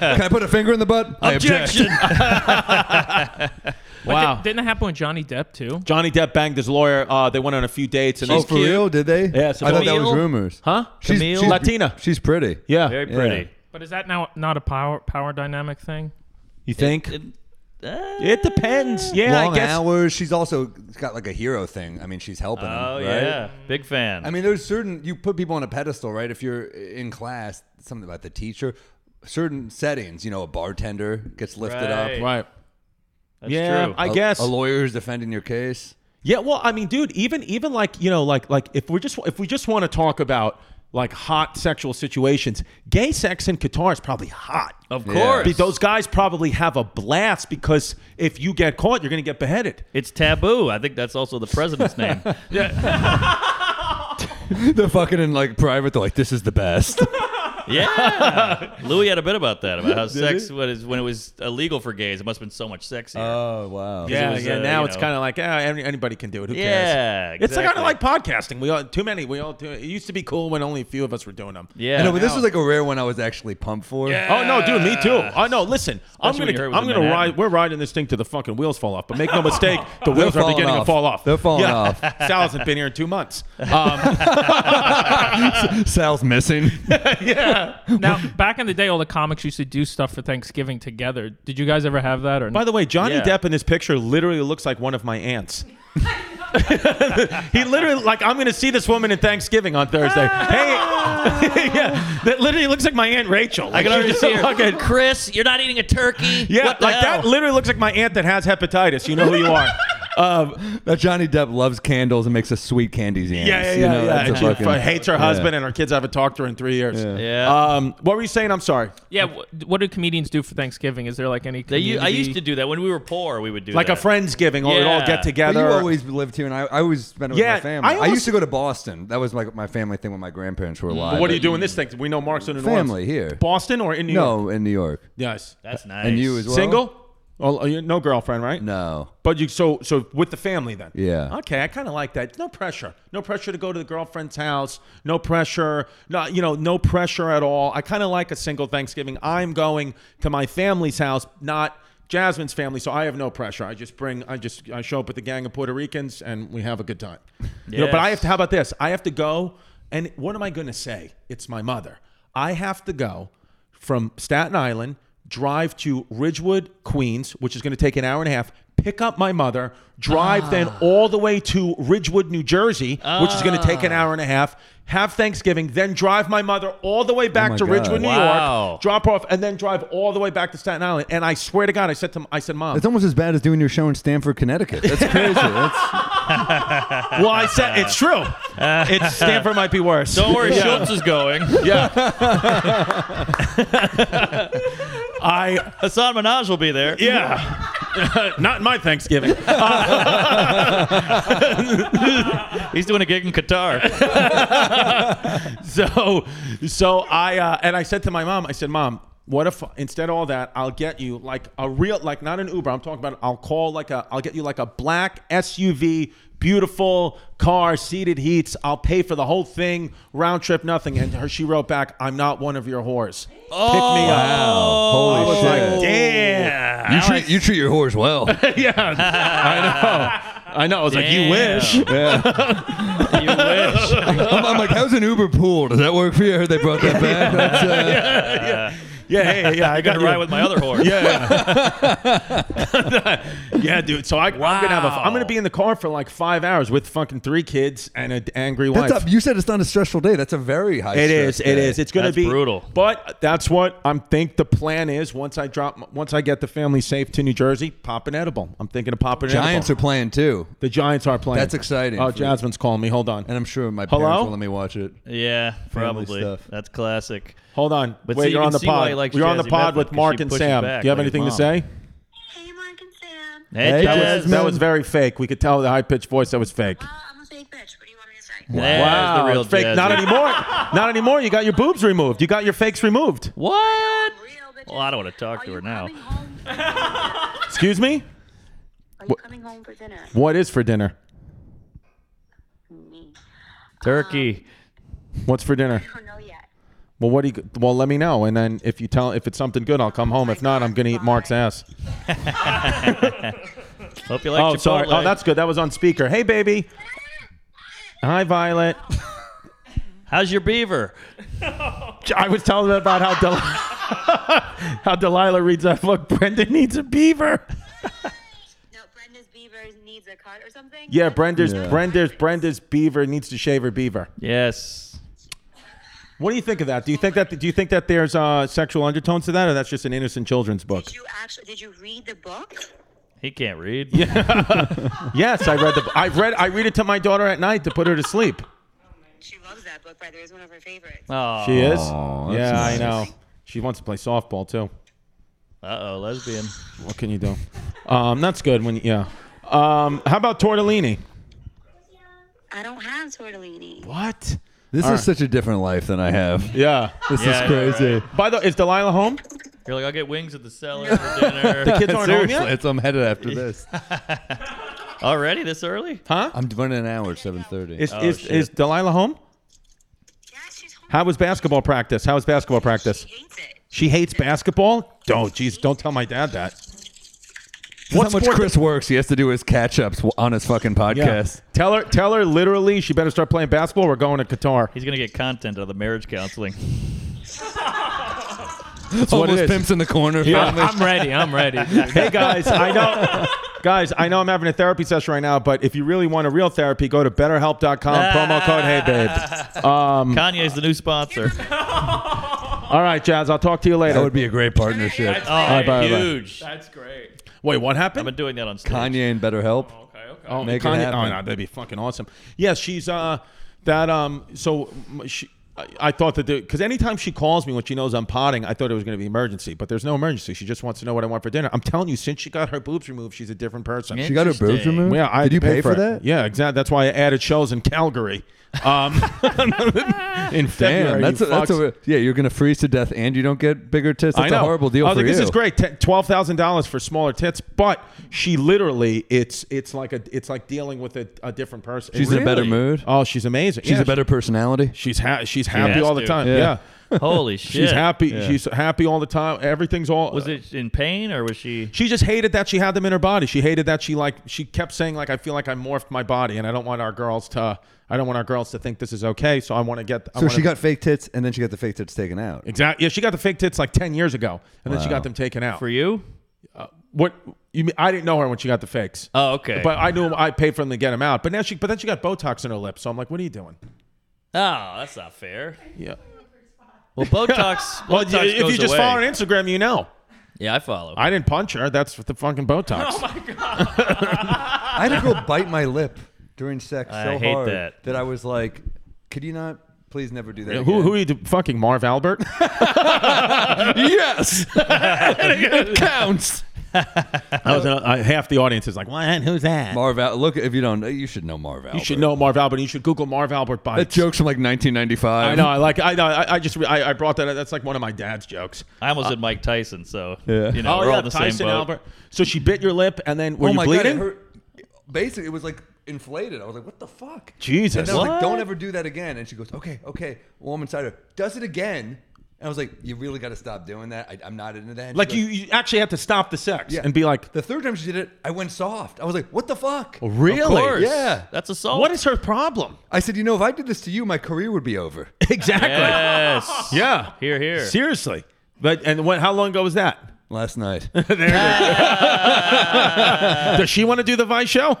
[SPEAKER 4] I put a finger in the butt? I object.
[SPEAKER 3] Objection.
[SPEAKER 2] Wow.
[SPEAKER 5] Did, didn't that happen with Johnny Depp too?
[SPEAKER 2] Johnny Depp banged his lawyer. Uh, they went on a few dates and
[SPEAKER 4] Oh, for
[SPEAKER 3] cute.
[SPEAKER 4] real? Did they?
[SPEAKER 2] Yeah, so
[SPEAKER 4] I thought that
[SPEAKER 3] Camille?
[SPEAKER 4] was rumors.
[SPEAKER 2] huh?
[SPEAKER 4] She's,
[SPEAKER 3] Camille?
[SPEAKER 4] she's-
[SPEAKER 2] Latina.
[SPEAKER 4] She's pretty.
[SPEAKER 2] Yeah.
[SPEAKER 3] Very
[SPEAKER 4] Yeah.
[SPEAKER 3] pretty.
[SPEAKER 5] But is that now not a power power dynamic thing?
[SPEAKER 2] You think? It, uh, depends. Yeah,
[SPEAKER 4] Long
[SPEAKER 2] I guess.
[SPEAKER 4] hours. She's also got like a hero thing. I mean, she's helping. him,
[SPEAKER 3] Oh
[SPEAKER 4] right?
[SPEAKER 3] yeah, big fan.
[SPEAKER 4] I mean, there's certain you put people on a pedestal, right? If you're in class, something about the teacher, certain settings. You know, a bartender gets lifted
[SPEAKER 3] Right.
[SPEAKER 4] up.
[SPEAKER 2] Right.
[SPEAKER 3] That's
[SPEAKER 2] yeah,
[SPEAKER 3] true.
[SPEAKER 2] I
[SPEAKER 4] A-
[SPEAKER 2] guess.
[SPEAKER 4] a lawyer who's defending your case.
[SPEAKER 2] Yeah, well, I mean, dude, even even like you know, like like if we're just if we just want to talk about like hot sexual situations, gay sex in Qatar is probably hot.
[SPEAKER 3] of
[SPEAKER 4] Yeah.
[SPEAKER 3] course,
[SPEAKER 2] Be- Those guys probably have a blast because if you get caught, you're gonna get beheaded.
[SPEAKER 3] it's taboo. I think that's also the president's name.
[SPEAKER 4] They're fucking in like private. They're like, this is the best.
[SPEAKER 3] Yeah, Louis had a bit about that about how sex when it, when it was illegal for gays, it must have been so much sexier.
[SPEAKER 2] Uh,
[SPEAKER 4] oh wow.
[SPEAKER 2] Yeah,
[SPEAKER 3] it was,
[SPEAKER 2] yeah.
[SPEAKER 3] uh,
[SPEAKER 2] now
[SPEAKER 3] you
[SPEAKER 2] it's
[SPEAKER 3] know.
[SPEAKER 2] kind of like ah, any, anybody can do it. Who cares?
[SPEAKER 3] Yeah,
[SPEAKER 2] it's kind
[SPEAKER 3] exactly.
[SPEAKER 2] of like podcasting. We all too many. We all do it. It used to be cool when only a few of us were doing them.
[SPEAKER 3] yeah,
[SPEAKER 4] I know, but this was like a rare one I was actually pumped for.
[SPEAKER 2] Oh no, dude, me too.
[SPEAKER 3] Uh,
[SPEAKER 2] Oh no, listen, I'm
[SPEAKER 3] when you heard it
[SPEAKER 2] gonna,
[SPEAKER 3] was
[SPEAKER 2] I'm
[SPEAKER 3] in
[SPEAKER 2] gonna
[SPEAKER 3] Manhattan.
[SPEAKER 2] ride. We're riding this thing to the fucking wheels fall off. But make no mistake, the wheels are
[SPEAKER 4] falling
[SPEAKER 2] beginning to
[SPEAKER 4] off.
[SPEAKER 2] fall off.
[SPEAKER 4] They're falling
[SPEAKER 2] Yeah.
[SPEAKER 4] off.
[SPEAKER 2] Sal hasn't been here in two months. Um,
[SPEAKER 4] Sal's missing.
[SPEAKER 5] Now, back in the day, all the comics used to do stuff for Thanksgiving together. Did you guys ever have that? Or
[SPEAKER 2] by the way, Johnny
[SPEAKER 3] Yeah.
[SPEAKER 2] Depp in this picture literally looks like one of my aunts. he literally like I'm gonna see this woman at Thanksgiving on Thursday. hey, yeah, that literally looks like my aunt Rachel.
[SPEAKER 3] I can already see her.
[SPEAKER 2] Fucking-
[SPEAKER 3] Chris, you're not eating a turkey.
[SPEAKER 2] yeah,
[SPEAKER 3] What the
[SPEAKER 2] like
[SPEAKER 3] hell?
[SPEAKER 2] that literally looks like my aunt that has hepatitis. You know who you are. Um,
[SPEAKER 4] That Johnny Depp loves candles and makes us sweet candies. Yams.
[SPEAKER 2] Yeah, yeah, yeah.
[SPEAKER 4] You know,
[SPEAKER 2] yeah.
[SPEAKER 4] that's a
[SPEAKER 2] And she
[SPEAKER 4] fucking-
[SPEAKER 2] fu- hates her husband,
[SPEAKER 4] Yeah.
[SPEAKER 2] and her kids haven't talked to her in three years.
[SPEAKER 4] Yeah.
[SPEAKER 3] Yeah.
[SPEAKER 2] Um, what were you saying? I'm sorry.
[SPEAKER 5] yeah, wh- what do comedians do for Thanksgiving? Is there like any?
[SPEAKER 3] They u- I
[SPEAKER 5] community-
[SPEAKER 3] used to do that when we were poor. We would do
[SPEAKER 2] Like
[SPEAKER 3] that.
[SPEAKER 2] a friendsgiving, or we'd all
[SPEAKER 3] Yeah.
[SPEAKER 2] get
[SPEAKER 4] But
[SPEAKER 2] together.
[SPEAKER 4] you always lived here, and I, I always spent it with
[SPEAKER 2] Yeah,
[SPEAKER 4] my family.
[SPEAKER 2] I
[SPEAKER 4] I,
[SPEAKER 2] almost-
[SPEAKER 4] used to go to Boston. That was like my family thing when my grandparents were alive.
[SPEAKER 2] But what do you do in this thing? We know Mark's in New Orleans.
[SPEAKER 4] Family here.
[SPEAKER 2] Boston or in New York?
[SPEAKER 4] No, in New York.
[SPEAKER 2] Yes.
[SPEAKER 3] That's nice.
[SPEAKER 4] And you as well.
[SPEAKER 2] Single? Oh, oh, you- no girlfriend, right?
[SPEAKER 4] No.
[SPEAKER 2] But you so so with the family then.
[SPEAKER 4] Yeah.
[SPEAKER 2] Okay, I kind of like that. No pressure. No pressure to go to the girlfriend's house. No pressure. No, you know, no pressure at all. I kind of like a single Thanksgiving. I'm going to my family's house, not Jasmine's family, so I have no pressure. I just bring I just I show up with a gang of Puerto Ricans and we have a good time. You know, but I have to how about this? I have to go and what am I going to say? It's my mother. I have to go from Staten Island, drive to Ridgewood, Queens, which is going to take an hour and a half, pick up my mother, drive then all the way to Ridgewood, New Jersey, which is going to take an hour and a half, have Thanksgiving, then drive my mother all the way back
[SPEAKER 4] my
[SPEAKER 2] to
[SPEAKER 4] God.
[SPEAKER 2] Ridgewood, New
[SPEAKER 3] Wow.
[SPEAKER 2] York, drop off, and then drive all the way back to Staten Island. And I swear to God, I said to I said, Mom,
[SPEAKER 4] It's almost as bad as doing your show in Stamford, Connecticut. That's crazy. That's,
[SPEAKER 2] well, I said, it's true. It's Stanford might be worse.
[SPEAKER 3] Don't worry, Schultz is going.
[SPEAKER 2] yeah. I
[SPEAKER 3] Hassan Minaj will be there.
[SPEAKER 2] Yeah. Not in my Thanksgiving.
[SPEAKER 3] He's doing a gig in Qatar.
[SPEAKER 2] so, so I uh, and I said to my mom, I said, "Mom, what if instead of all that, I'll get you like a real, like not an Uber. I'm talking about. I'll call like a. I'll get you like a black SUV, beautiful car, seated heats. I'll pay for the whole thing, round trip, nothing." And her, she wrote back, "I'm not one of your whores. Pick me up." Oh. I
[SPEAKER 4] holy
[SPEAKER 2] was like,
[SPEAKER 4] shit.
[SPEAKER 2] "Damn."
[SPEAKER 4] you, treat, you treat your whores well.
[SPEAKER 2] I know. I was like, "You
[SPEAKER 3] Damn.
[SPEAKER 2] wish."
[SPEAKER 3] You wish.
[SPEAKER 4] I'm, I'm like, how's an Uber pool? Does that work for you? I heard they brought that back. That's, uh,
[SPEAKER 2] Yeah, hey, yeah. I
[SPEAKER 3] I'm
[SPEAKER 2] got
[SPEAKER 3] gonna
[SPEAKER 2] you.
[SPEAKER 3] ride with my other horse.
[SPEAKER 2] Yeah. yeah, dude. So I, I'm gonna have a, I'm
[SPEAKER 3] Wow.
[SPEAKER 2] gonna be in the car for like five hours with fucking three kids and an angry wife.
[SPEAKER 4] That's up. You said it's not a stressful day. That's a very high.
[SPEAKER 2] It is. It is. It's gonna
[SPEAKER 3] That's
[SPEAKER 2] be
[SPEAKER 3] brutal.
[SPEAKER 2] But that's what I'm think the plan is. Once I drop, once I get the family safe to New Jersey, pop an edible. I'm thinking of popping.
[SPEAKER 4] Giants
[SPEAKER 2] an
[SPEAKER 4] are
[SPEAKER 2] edible.
[SPEAKER 4] playing too,
[SPEAKER 2] the Giants are playing.
[SPEAKER 4] That's exciting
[SPEAKER 2] Oh,
[SPEAKER 4] for-
[SPEAKER 2] Jasmine's calling me. Hold on.
[SPEAKER 4] and I'm sure my
[SPEAKER 2] Hello?
[SPEAKER 4] parents will let me watch it.
[SPEAKER 3] Yeah,
[SPEAKER 4] Family
[SPEAKER 3] probably.
[SPEAKER 4] stuff.
[SPEAKER 3] That's classic.
[SPEAKER 2] Hold on.
[SPEAKER 3] But
[SPEAKER 2] Wait,
[SPEAKER 3] see, you
[SPEAKER 2] you're
[SPEAKER 3] can
[SPEAKER 2] on the
[SPEAKER 3] see why
[SPEAKER 2] pod.
[SPEAKER 3] he likes
[SPEAKER 2] You're on the
[SPEAKER 3] Jazzy
[SPEAKER 2] pod
[SPEAKER 3] Bedford,
[SPEAKER 2] with
[SPEAKER 3] 'cause
[SPEAKER 2] Mark
[SPEAKER 3] she
[SPEAKER 2] and
[SPEAKER 3] pushes
[SPEAKER 2] Sam.
[SPEAKER 3] back
[SPEAKER 2] Do you have
[SPEAKER 3] like his
[SPEAKER 2] anything to
[SPEAKER 3] mom.
[SPEAKER 2] say?
[SPEAKER 7] Hey, Mark and Sam.
[SPEAKER 3] Hey,
[SPEAKER 4] That
[SPEAKER 2] That was,
[SPEAKER 3] Jazz.
[SPEAKER 2] that was very fake. We could tell the high pitched voice. That was fake.
[SPEAKER 7] Well, I'm a fake bitch. What do you want me to say?
[SPEAKER 6] shirt.
[SPEAKER 3] There's
[SPEAKER 2] wow,
[SPEAKER 3] the real
[SPEAKER 2] it's fake.
[SPEAKER 3] jazz.
[SPEAKER 2] Not anymore. Not anymore. You got your boobs removed. You got your fakes removed.
[SPEAKER 3] What?
[SPEAKER 7] Real bitches.
[SPEAKER 3] Well, I don't want to talk
[SPEAKER 7] Are
[SPEAKER 3] to
[SPEAKER 7] you
[SPEAKER 3] her now.
[SPEAKER 7] coming home for-
[SPEAKER 2] Excuse me.
[SPEAKER 7] Are you coming home for dinner?
[SPEAKER 2] What is for dinner?
[SPEAKER 7] Me.
[SPEAKER 3] Turkey.
[SPEAKER 2] What's for dinner?
[SPEAKER 7] I don't know yet.
[SPEAKER 2] Well, what do you? Well, let me know, and then if you tell if it's something good, I'll come home. If not, I'm gonna eat Mark's ass.
[SPEAKER 3] Hope you like
[SPEAKER 2] Oh,
[SPEAKER 3] Chipotle.
[SPEAKER 2] sorry. Oh, that's good. That was on speaker. Hey, baby. Hi, Violet.
[SPEAKER 3] How's your beaver?
[SPEAKER 2] I was telling them about how Del- how Delilah reads that book. Brenda needs a beaver.
[SPEAKER 7] No, Brenda's Beavers needs a cut or something.
[SPEAKER 2] Yeah, Brenda's Brenda's Brenda's beaver needs to shave her beaver.
[SPEAKER 3] Yes.
[SPEAKER 2] What do you think of that? Do you think that do you think that there's uh, sexual undertones to that, or that's just an innocent children's book?
[SPEAKER 7] Did you actually? Did you read the book?
[SPEAKER 3] He can't read.
[SPEAKER 2] Yes, I read the I read I read it to my daughter at night to put her to sleep.
[SPEAKER 7] She loves that book. By the way, it's one of her favorites.
[SPEAKER 3] Oh.
[SPEAKER 2] She is.
[SPEAKER 4] Aw,
[SPEAKER 2] yeah,
[SPEAKER 4] that's
[SPEAKER 2] I know. She wants to play softball too.
[SPEAKER 3] Uh oh, lesbian.
[SPEAKER 2] What can you do? Um, that's good when yeah. Um, how about tortellini?
[SPEAKER 7] I don't have tortellini.
[SPEAKER 2] What?
[SPEAKER 4] This
[SPEAKER 2] All
[SPEAKER 4] is
[SPEAKER 2] right.
[SPEAKER 4] such a different life than I have.
[SPEAKER 2] Yeah.
[SPEAKER 4] This
[SPEAKER 3] Yeah,
[SPEAKER 4] is
[SPEAKER 3] yeah,
[SPEAKER 4] crazy.
[SPEAKER 2] By the is Delilah home?
[SPEAKER 3] You're like, I'll get wings at the cellar for dinner. the
[SPEAKER 2] Kids aren't home
[SPEAKER 4] Seriously,
[SPEAKER 2] yet?
[SPEAKER 4] it's, I'm headed after this.
[SPEAKER 3] Already this early?
[SPEAKER 2] Huh?
[SPEAKER 4] I'm running an hour, seven thirty.
[SPEAKER 2] Is
[SPEAKER 3] Oh,
[SPEAKER 2] is,
[SPEAKER 3] shit.
[SPEAKER 2] is Delilah home?
[SPEAKER 7] Yeah, she's home.
[SPEAKER 2] How was basketball practice? How was basketball practice?
[SPEAKER 7] She hates it.
[SPEAKER 2] She hates basketball? Don't, jeez, don't tell my dad that.
[SPEAKER 4] What how much
[SPEAKER 2] sport-
[SPEAKER 4] Chris works? He has to do his catch ups on his fucking podcast.
[SPEAKER 2] Tell her, tell her literally she better start playing basketball. We're going to Qatar.
[SPEAKER 3] He's going to get content out of the marriage counseling.
[SPEAKER 4] That's
[SPEAKER 2] what it
[SPEAKER 4] Homeless
[SPEAKER 2] is.
[SPEAKER 4] pimps in the corner. finally.
[SPEAKER 5] I'm ready. I'm ready.
[SPEAKER 2] Hey guys, I know guys, I know I'm having a therapy session right now, but if you really want a real therapy, go to betterhelp.com, promo code hey babe. Mm.
[SPEAKER 3] Kanye's the new sponsor.
[SPEAKER 2] All right, Jazz, I'll talk to you later.
[SPEAKER 4] That would be a great partnership.
[SPEAKER 3] Oh,
[SPEAKER 5] Bye,
[SPEAKER 2] bye, bye.
[SPEAKER 3] huge.
[SPEAKER 5] That's great.
[SPEAKER 2] Wait, what
[SPEAKER 3] I've been
[SPEAKER 2] happened?
[SPEAKER 3] doing that on stage.
[SPEAKER 4] Kanye and BetterHelp.
[SPEAKER 5] Okay. Okay.
[SPEAKER 2] Oh,
[SPEAKER 4] Make it
[SPEAKER 2] Kanye-
[SPEAKER 4] happen.
[SPEAKER 2] oh, no, that'd be fucking awesome. Yeah, she's uh that um so m- she I, I thought that because anytime she calls me when she knows I'm potting, I thought it was going to be emergency, but there's no emergency. She just wants to know what I want for dinner. I'm telling you, since she got her boobs removed, she's a different person.
[SPEAKER 4] She got her boobs
[SPEAKER 3] Interesting.
[SPEAKER 4] removed.
[SPEAKER 2] Yeah, I
[SPEAKER 4] Mm-hmm. did you
[SPEAKER 2] had to
[SPEAKER 4] pay, for that?
[SPEAKER 2] Yeah, exactly. That's why I added shows in Calgary. Um, in February,
[SPEAKER 4] Damn, that's
[SPEAKER 2] you
[SPEAKER 4] a, that's
[SPEAKER 2] fucks.
[SPEAKER 4] a, yeah. You're gonna freeze to death, and you don't get bigger tits.
[SPEAKER 2] I
[SPEAKER 4] That's a
[SPEAKER 2] know.
[SPEAKER 4] horrible deal
[SPEAKER 2] I was
[SPEAKER 4] for
[SPEAKER 2] like,
[SPEAKER 4] you.
[SPEAKER 2] this is great. Ten- Twelve thousand dollars for smaller tits, but she literally, it's it's like a it's like dealing with a, a different person.
[SPEAKER 4] She's in a better mood.
[SPEAKER 2] Oh, she's amazing.
[SPEAKER 4] She's
[SPEAKER 2] Yeah,
[SPEAKER 4] a better personality.
[SPEAKER 2] She's ha- she's happy
[SPEAKER 3] has
[SPEAKER 2] all the
[SPEAKER 3] to.
[SPEAKER 2] time.
[SPEAKER 4] Yeah.
[SPEAKER 2] Yeah.
[SPEAKER 3] Holy shit.
[SPEAKER 2] she's happy. She's happy all the time. Everything's all.
[SPEAKER 3] Was it in pain or was she?
[SPEAKER 2] She just hated that she had them in her body. She hated that she like she kept saying like I feel like I morphed my body and I don't want our girls to I don't want our girls to think this is okay. So I want to get. I
[SPEAKER 4] So
[SPEAKER 2] wanna-
[SPEAKER 4] she got fake tits, and then she got the fake tits taken out.
[SPEAKER 2] exactly. Yeah, she got the fake tits like ten years ago, and then she got them taken out.
[SPEAKER 3] For you?
[SPEAKER 2] What you mean? I didn't know her when she got the fakes.
[SPEAKER 3] Oh, okay.
[SPEAKER 2] But I knew I paid for them to get them out. But now she, but then she got Botox in her lips. So I'm like, what are you doing?
[SPEAKER 3] Oh, that's not fair.
[SPEAKER 2] Yeah.
[SPEAKER 3] Well, Botox.
[SPEAKER 2] Well,
[SPEAKER 3] Botox
[SPEAKER 2] you- if
[SPEAKER 3] goes
[SPEAKER 2] you just
[SPEAKER 3] away.
[SPEAKER 2] follow her on Instagram, you know.
[SPEAKER 3] Yeah, I follow.
[SPEAKER 2] I didn't punch her. That's with the fucking Botox.
[SPEAKER 4] I had a girl bite my lip during sex so
[SPEAKER 3] I hate
[SPEAKER 4] hard
[SPEAKER 3] that.
[SPEAKER 4] I was like, could you not please never do that?
[SPEAKER 2] Yeah, Who,
[SPEAKER 4] again?"
[SPEAKER 2] who are you do- fucking Marv Albert?
[SPEAKER 4] yes, it counts.
[SPEAKER 2] I was in a, I- half the audience is like, what? Who's that?
[SPEAKER 4] Marv, Al- look if you don't, you should know Marv. Albert.
[SPEAKER 2] You should know Marv Albert. You should Google Marv Albert bites.
[SPEAKER 4] that joke's from like 1995.
[SPEAKER 2] I know. I like. I know. I, I just. I, I brought that. up. That's like one of my dad's jokes.
[SPEAKER 3] I almost said Mike Tyson, so
[SPEAKER 4] Yeah.
[SPEAKER 3] you know we're all the same
[SPEAKER 2] Oh, Tyson
[SPEAKER 3] boat.
[SPEAKER 2] Albert. So she bit your lip, and then were
[SPEAKER 4] oh
[SPEAKER 2] you
[SPEAKER 4] my
[SPEAKER 2] bleeding?
[SPEAKER 4] god, it hurt. Basically, it was like inflated. I was like, what the fuck?
[SPEAKER 2] Jesus.
[SPEAKER 4] And I was like, don't ever do that again. And she goes, okay, okay. Warm inside her does it again. And I was like, you really got to stop doing that. I, I'm not into that. And she
[SPEAKER 2] Like
[SPEAKER 4] goes,
[SPEAKER 2] you, you actually have to stop the sex
[SPEAKER 4] Yeah.
[SPEAKER 2] and be like, Oh,
[SPEAKER 4] The third time she did it, I went soft. I was like, what the fuck?
[SPEAKER 2] really?
[SPEAKER 3] Of course.
[SPEAKER 4] Yeah.
[SPEAKER 3] That's assault.
[SPEAKER 2] What is her problem?
[SPEAKER 4] I said, you know, if I did this to you, my career would be over.
[SPEAKER 2] Exactly.
[SPEAKER 3] Yes.
[SPEAKER 2] Yeah.
[SPEAKER 3] Here, here.
[SPEAKER 2] Seriously. But and when, how long ago was that?
[SPEAKER 4] Last night.
[SPEAKER 2] Does she want to do the Vice show?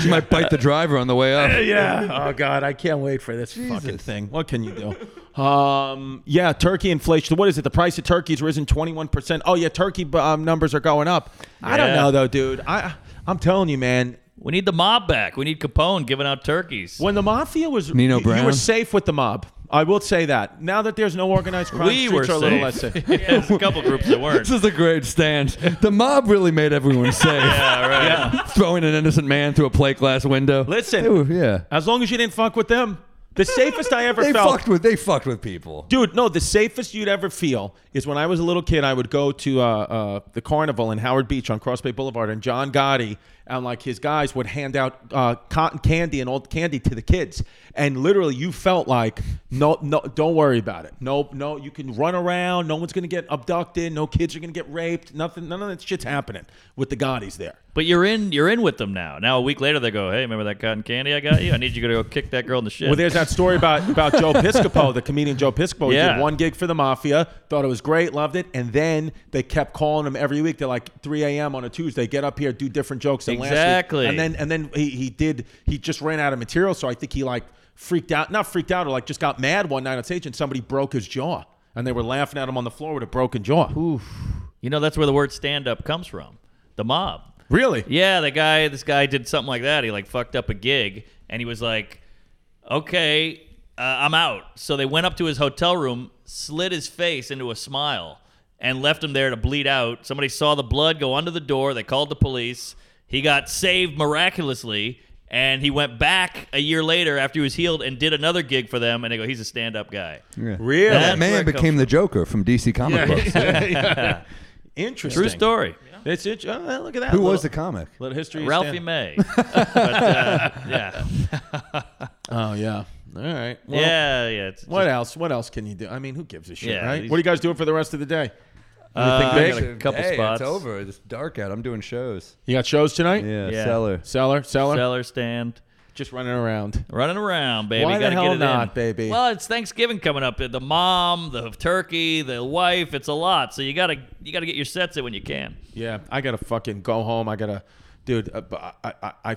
[SPEAKER 4] she might bite the driver on the way up.
[SPEAKER 2] yeah. Oh God, I can't wait for this fucking
[SPEAKER 4] Jesus.
[SPEAKER 2] thing. What can you do? Um, yeah, turkey inflation. What is it? The price of turkey's risen twenty one percent. Oh yeah, turkey um, numbers are going up. I don't
[SPEAKER 3] Yeah.
[SPEAKER 2] know though, dude. I I'm telling you, man.
[SPEAKER 3] We need the mob back. We need Capone giving out turkeys.
[SPEAKER 2] When the mafia was
[SPEAKER 4] Nino
[SPEAKER 2] you, you
[SPEAKER 4] Brown?
[SPEAKER 2] were safe with the mob. I will say that. Now that there's no organized crime,
[SPEAKER 3] we
[SPEAKER 2] streets
[SPEAKER 3] were
[SPEAKER 2] are a little less
[SPEAKER 3] safe.
[SPEAKER 2] safe.
[SPEAKER 3] Yeah, there's a couple groups that weren't.
[SPEAKER 8] This is a great stand. The mob really made everyone safe.
[SPEAKER 3] yeah, right.
[SPEAKER 8] Throwing an innocent man through a plate glass window. They
[SPEAKER 2] Listen,
[SPEAKER 8] were- yeah.
[SPEAKER 2] as long as you didn't fuck with them, the safest I ever
[SPEAKER 4] They
[SPEAKER 2] felt.
[SPEAKER 4] fucked with they fucked with people.
[SPEAKER 2] Dude, no, the safest you'd ever feel is when I was a little kid, I would go to uh, uh, the carnival in Howard Beach on Cross Bay Boulevard, and John Gotti and like his guys would hand out uh, cotton candy and old candy to the kids. And literally, you felt like, no, no, don't worry about it. No, no, you can run around. No one's going to get abducted. No kids are going to get raped. Nothing, none of that shit's happening with the Gottis there.
[SPEAKER 3] But you're in you're in with them now. Now a week later they go, Hey, remember that cotton candy I got you? I need you to go kick that girl in the shit.
[SPEAKER 2] Well, there's that story about, about Joe Piscopo, the comedian Joe Piscopo. He
[SPEAKER 3] Yeah.
[SPEAKER 2] did one gig for the Mafia, thought it was great, loved it, and then they kept calling him every week. They're like 3 a.m. on a Tuesday, get up here, do different jokes than
[SPEAKER 3] Exactly.
[SPEAKER 2] last week. And then and then he, he did he just ran out of material, so I think he like freaked out, not freaked out, or like just got mad one night on stage and somebody broke his jaw. And they were laughing at him on the floor with a broken jaw.
[SPEAKER 3] you know that's where the word stand up comes from. The mob.
[SPEAKER 2] Really?
[SPEAKER 3] Yeah, the guy, this guy did something like that. He like fucked up a gig, and he was like, "Okay, uh, I'm out." So they went up to his hotel room, slid his face into a smile, and left him there to bleed out. Somebody saw the blood go under the door. They called the police. He got saved miraculously, and he went back a year later after he was healed and did another gig for them. And they go, "He's a stand-up guy."
[SPEAKER 2] Really?
[SPEAKER 3] That's where
[SPEAKER 4] That man
[SPEAKER 3] it comes
[SPEAKER 4] became the Joker from DC comic books.
[SPEAKER 2] Interesting.
[SPEAKER 3] True story.
[SPEAKER 2] It's it. Oh, look at that.
[SPEAKER 4] Who
[SPEAKER 2] Little-
[SPEAKER 4] was the comic?
[SPEAKER 2] little history? of
[SPEAKER 3] Ralphie
[SPEAKER 2] stand-
[SPEAKER 3] May. but, uh, yeah,
[SPEAKER 2] Oh yeah. All right. Well,
[SPEAKER 3] yeah, yeah. It's
[SPEAKER 2] What else? What else can you do? I mean, who gives a shit,
[SPEAKER 3] Yeah,
[SPEAKER 2] right?
[SPEAKER 3] these-
[SPEAKER 2] What are you guys doing for the rest of the day?
[SPEAKER 3] Uh, I
[SPEAKER 2] big?
[SPEAKER 3] got a couple
[SPEAKER 4] hey,
[SPEAKER 3] spots.
[SPEAKER 4] It's over. It's dark out. I'm doing shows.
[SPEAKER 2] You got shows tonight?
[SPEAKER 4] Yeah,
[SPEAKER 3] Yeah.
[SPEAKER 4] seller.
[SPEAKER 2] Seller, seller,
[SPEAKER 3] Cellar stand.
[SPEAKER 2] just running around.
[SPEAKER 3] Running around, baby.
[SPEAKER 2] Why the
[SPEAKER 3] Gotta
[SPEAKER 2] hell
[SPEAKER 3] get it
[SPEAKER 2] not,
[SPEAKER 3] in.
[SPEAKER 2] baby?
[SPEAKER 3] Well, it's Thanksgiving coming up. The mom, the turkey, the wife. It's a lot. So you gotta you gotta get your sets in when you can.
[SPEAKER 2] Yeah, I gotta fucking go home. I gotta, dude. Uh, I, I, I,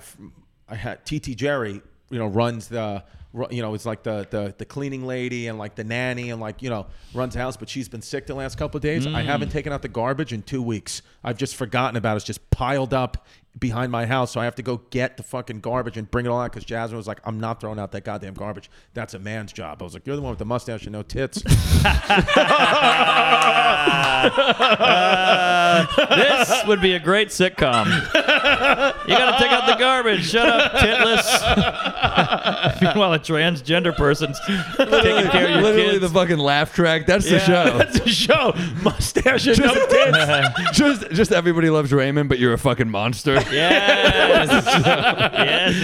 [SPEAKER 2] I had TT Jerry. You know, runs the, ru- you know, it's like the, the the cleaning lady and like the nanny and like you know runs the house. But she's been sick the last couple of days. I haven't taken out the garbage in two weeks. I've just forgotten about it. It's just piled up behind my house. So I have to go get the fucking garbage and bring it all out because Jasmine was like, "I'm not throwing out that goddamn garbage. That's a man's job." I was like, "You're the one with the mustache and no tits."
[SPEAKER 3] This would be a great sitcom. you gotta take out the garbage. Shut up, titless. Meanwhile, a transgender person's taking care of your
[SPEAKER 8] Literally
[SPEAKER 3] kids.
[SPEAKER 8] the fucking laugh track. That's the show.
[SPEAKER 3] That's a show. Mustache and
[SPEAKER 8] Just-
[SPEAKER 3] no tits.
[SPEAKER 8] just, just everybody loves Raymond, but you're a fucking monster.
[SPEAKER 3] Yes. yes,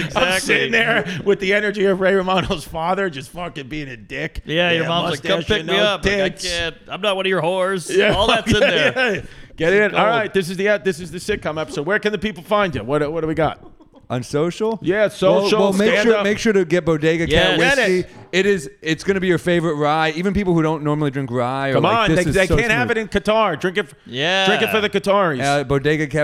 [SPEAKER 3] exactly.
[SPEAKER 2] I'm sitting there with the energy of Ray Romano's father, just fucking being a dick.
[SPEAKER 3] Yeah, your mom's like, come
[SPEAKER 2] mustache,
[SPEAKER 3] pick
[SPEAKER 2] you
[SPEAKER 3] me
[SPEAKER 2] know,
[SPEAKER 3] up. Like, I
[SPEAKER 2] tits.
[SPEAKER 3] can't. I'm not one of your whores.
[SPEAKER 2] Yeah.
[SPEAKER 3] All that's in
[SPEAKER 2] Yeah,
[SPEAKER 3] there.
[SPEAKER 2] yeah. Get in. All right, this is the uh, this is the sitcom episode. Where can the people find you? What what do we got?
[SPEAKER 4] On social?
[SPEAKER 2] Yeah,
[SPEAKER 4] Well,
[SPEAKER 2] social,
[SPEAKER 4] well, make
[SPEAKER 2] stand
[SPEAKER 4] sure
[SPEAKER 2] up.
[SPEAKER 4] make sure to get Bodega
[SPEAKER 3] Yes.
[SPEAKER 4] Cat
[SPEAKER 3] Get
[SPEAKER 4] whiskey.
[SPEAKER 2] it.
[SPEAKER 8] It is. It's gonna be your favorite rye. Even people who don't normally drink rye.
[SPEAKER 2] Come
[SPEAKER 8] are like,
[SPEAKER 2] on,
[SPEAKER 8] this
[SPEAKER 2] they,
[SPEAKER 8] is
[SPEAKER 2] they
[SPEAKER 8] so
[SPEAKER 2] can't have
[SPEAKER 8] smooth.
[SPEAKER 2] it in Qatar. Drink it. f-
[SPEAKER 3] Yeah.
[SPEAKER 2] drink it for the Qataris.
[SPEAKER 8] Yeah.
[SPEAKER 4] Uh,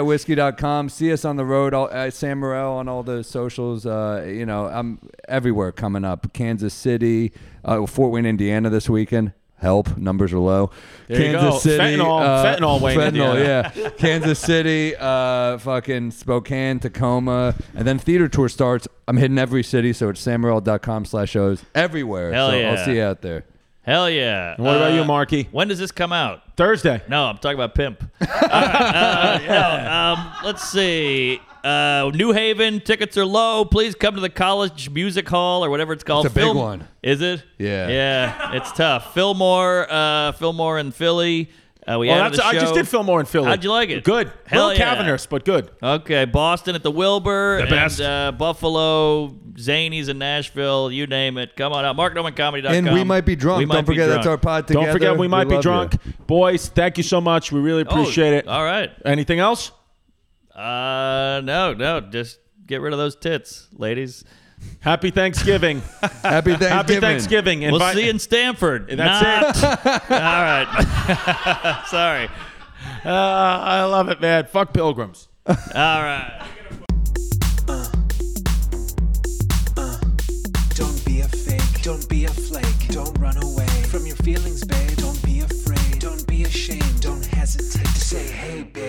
[SPEAKER 4] BodegaCatWhiskey.com. See us on the road. All, uh, Sam Morrell on all the socials. Uh, you know, I'm everywhere coming up. Kansas City, uh, Fort Wayne, Indiana this weekend. Help, numbers are low.
[SPEAKER 2] you
[SPEAKER 8] Kansas
[SPEAKER 2] go.
[SPEAKER 8] City, uh,
[SPEAKER 2] Fentanyl- fentanyl, Wayne,
[SPEAKER 8] fentanyl,
[SPEAKER 2] Indiana.
[SPEAKER 8] yeah. Kansas City, uh, fucking Spokane, Tacoma, and then theater tour starts. I'm hitting every city, so it's samurell.com slash shows everywhere.
[SPEAKER 3] Hell
[SPEAKER 8] so
[SPEAKER 3] yeah.
[SPEAKER 8] I'll see you out there.
[SPEAKER 3] Hell yeah.
[SPEAKER 2] What about
[SPEAKER 3] Uh,
[SPEAKER 2] you, Marky?
[SPEAKER 3] When does this come out?
[SPEAKER 2] Thursday.
[SPEAKER 3] No, I'm talking about Pimp. All right, uh, no, um, let's see. Uh, New Haven tickets are low. Please come to the College Music Hall or whatever it's called.
[SPEAKER 8] It's a big
[SPEAKER 3] Film-
[SPEAKER 8] one.
[SPEAKER 3] Is it?
[SPEAKER 8] Yeah.
[SPEAKER 3] Yeah, it's tough. Fillmore, uh, Fillmore in Philly. Uh, we
[SPEAKER 2] Oh,
[SPEAKER 3] added
[SPEAKER 2] that's,
[SPEAKER 3] a
[SPEAKER 2] I just
[SPEAKER 3] show.
[SPEAKER 2] did Fillmore in Philly.
[SPEAKER 3] How'd you like it?
[SPEAKER 2] Good.
[SPEAKER 3] Hell
[SPEAKER 2] Little
[SPEAKER 3] yeah.
[SPEAKER 2] Cavernous, but good.
[SPEAKER 3] Okay, Boston at the Wilbur,
[SPEAKER 2] The best.
[SPEAKER 3] and uh, Buffalo, Zanies in Nashville, you name it. Come on out, marknomancomedy.com.
[SPEAKER 8] And we might be drunk.
[SPEAKER 3] We might
[SPEAKER 8] Don't
[SPEAKER 3] be
[SPEAKER 8] forget that's our
[SPEAKER 3] drunk.
[SPEAKER 8] pod together.
[SPEAKER 2] Don't forget, we might be
[SPEAKER 8] love you.
[SPEAKER 2] drunk, boys. Thank you so much. We really
[SPEAKER 3] Oh,
[SPEAKER 2] appreciate it.
[SPEAKER 3] All right.
[SPEAKER 2] Anything else?
[SPEAKER 3] Uh, no, no, just get rid of those tits, ladies.
[SPEAKER 2] Happy Thanksgiving.
[SPEAKER 8] Happy Thanksgiving.
[SPEAKER 2] Happy Thanksgiving.
[SPEAKER 3] We'll
[SPEAKER 2] Invite-
[SPEAKER 3] see you in Stanford.
[SPEAKER 2] That's
[SPEAKER 3] Not- all right. Sorry.
[SPEAKER 2] Uh, I love it, man. Fuck pilgrims.
[SPEAKER 3] All right.
[SPEAKER 1] Don't be a fake, don't be a flake, don't run away from your feelings, babe. Don't be afraid, don't be ashamed, don't hesitate to say, hey, babe.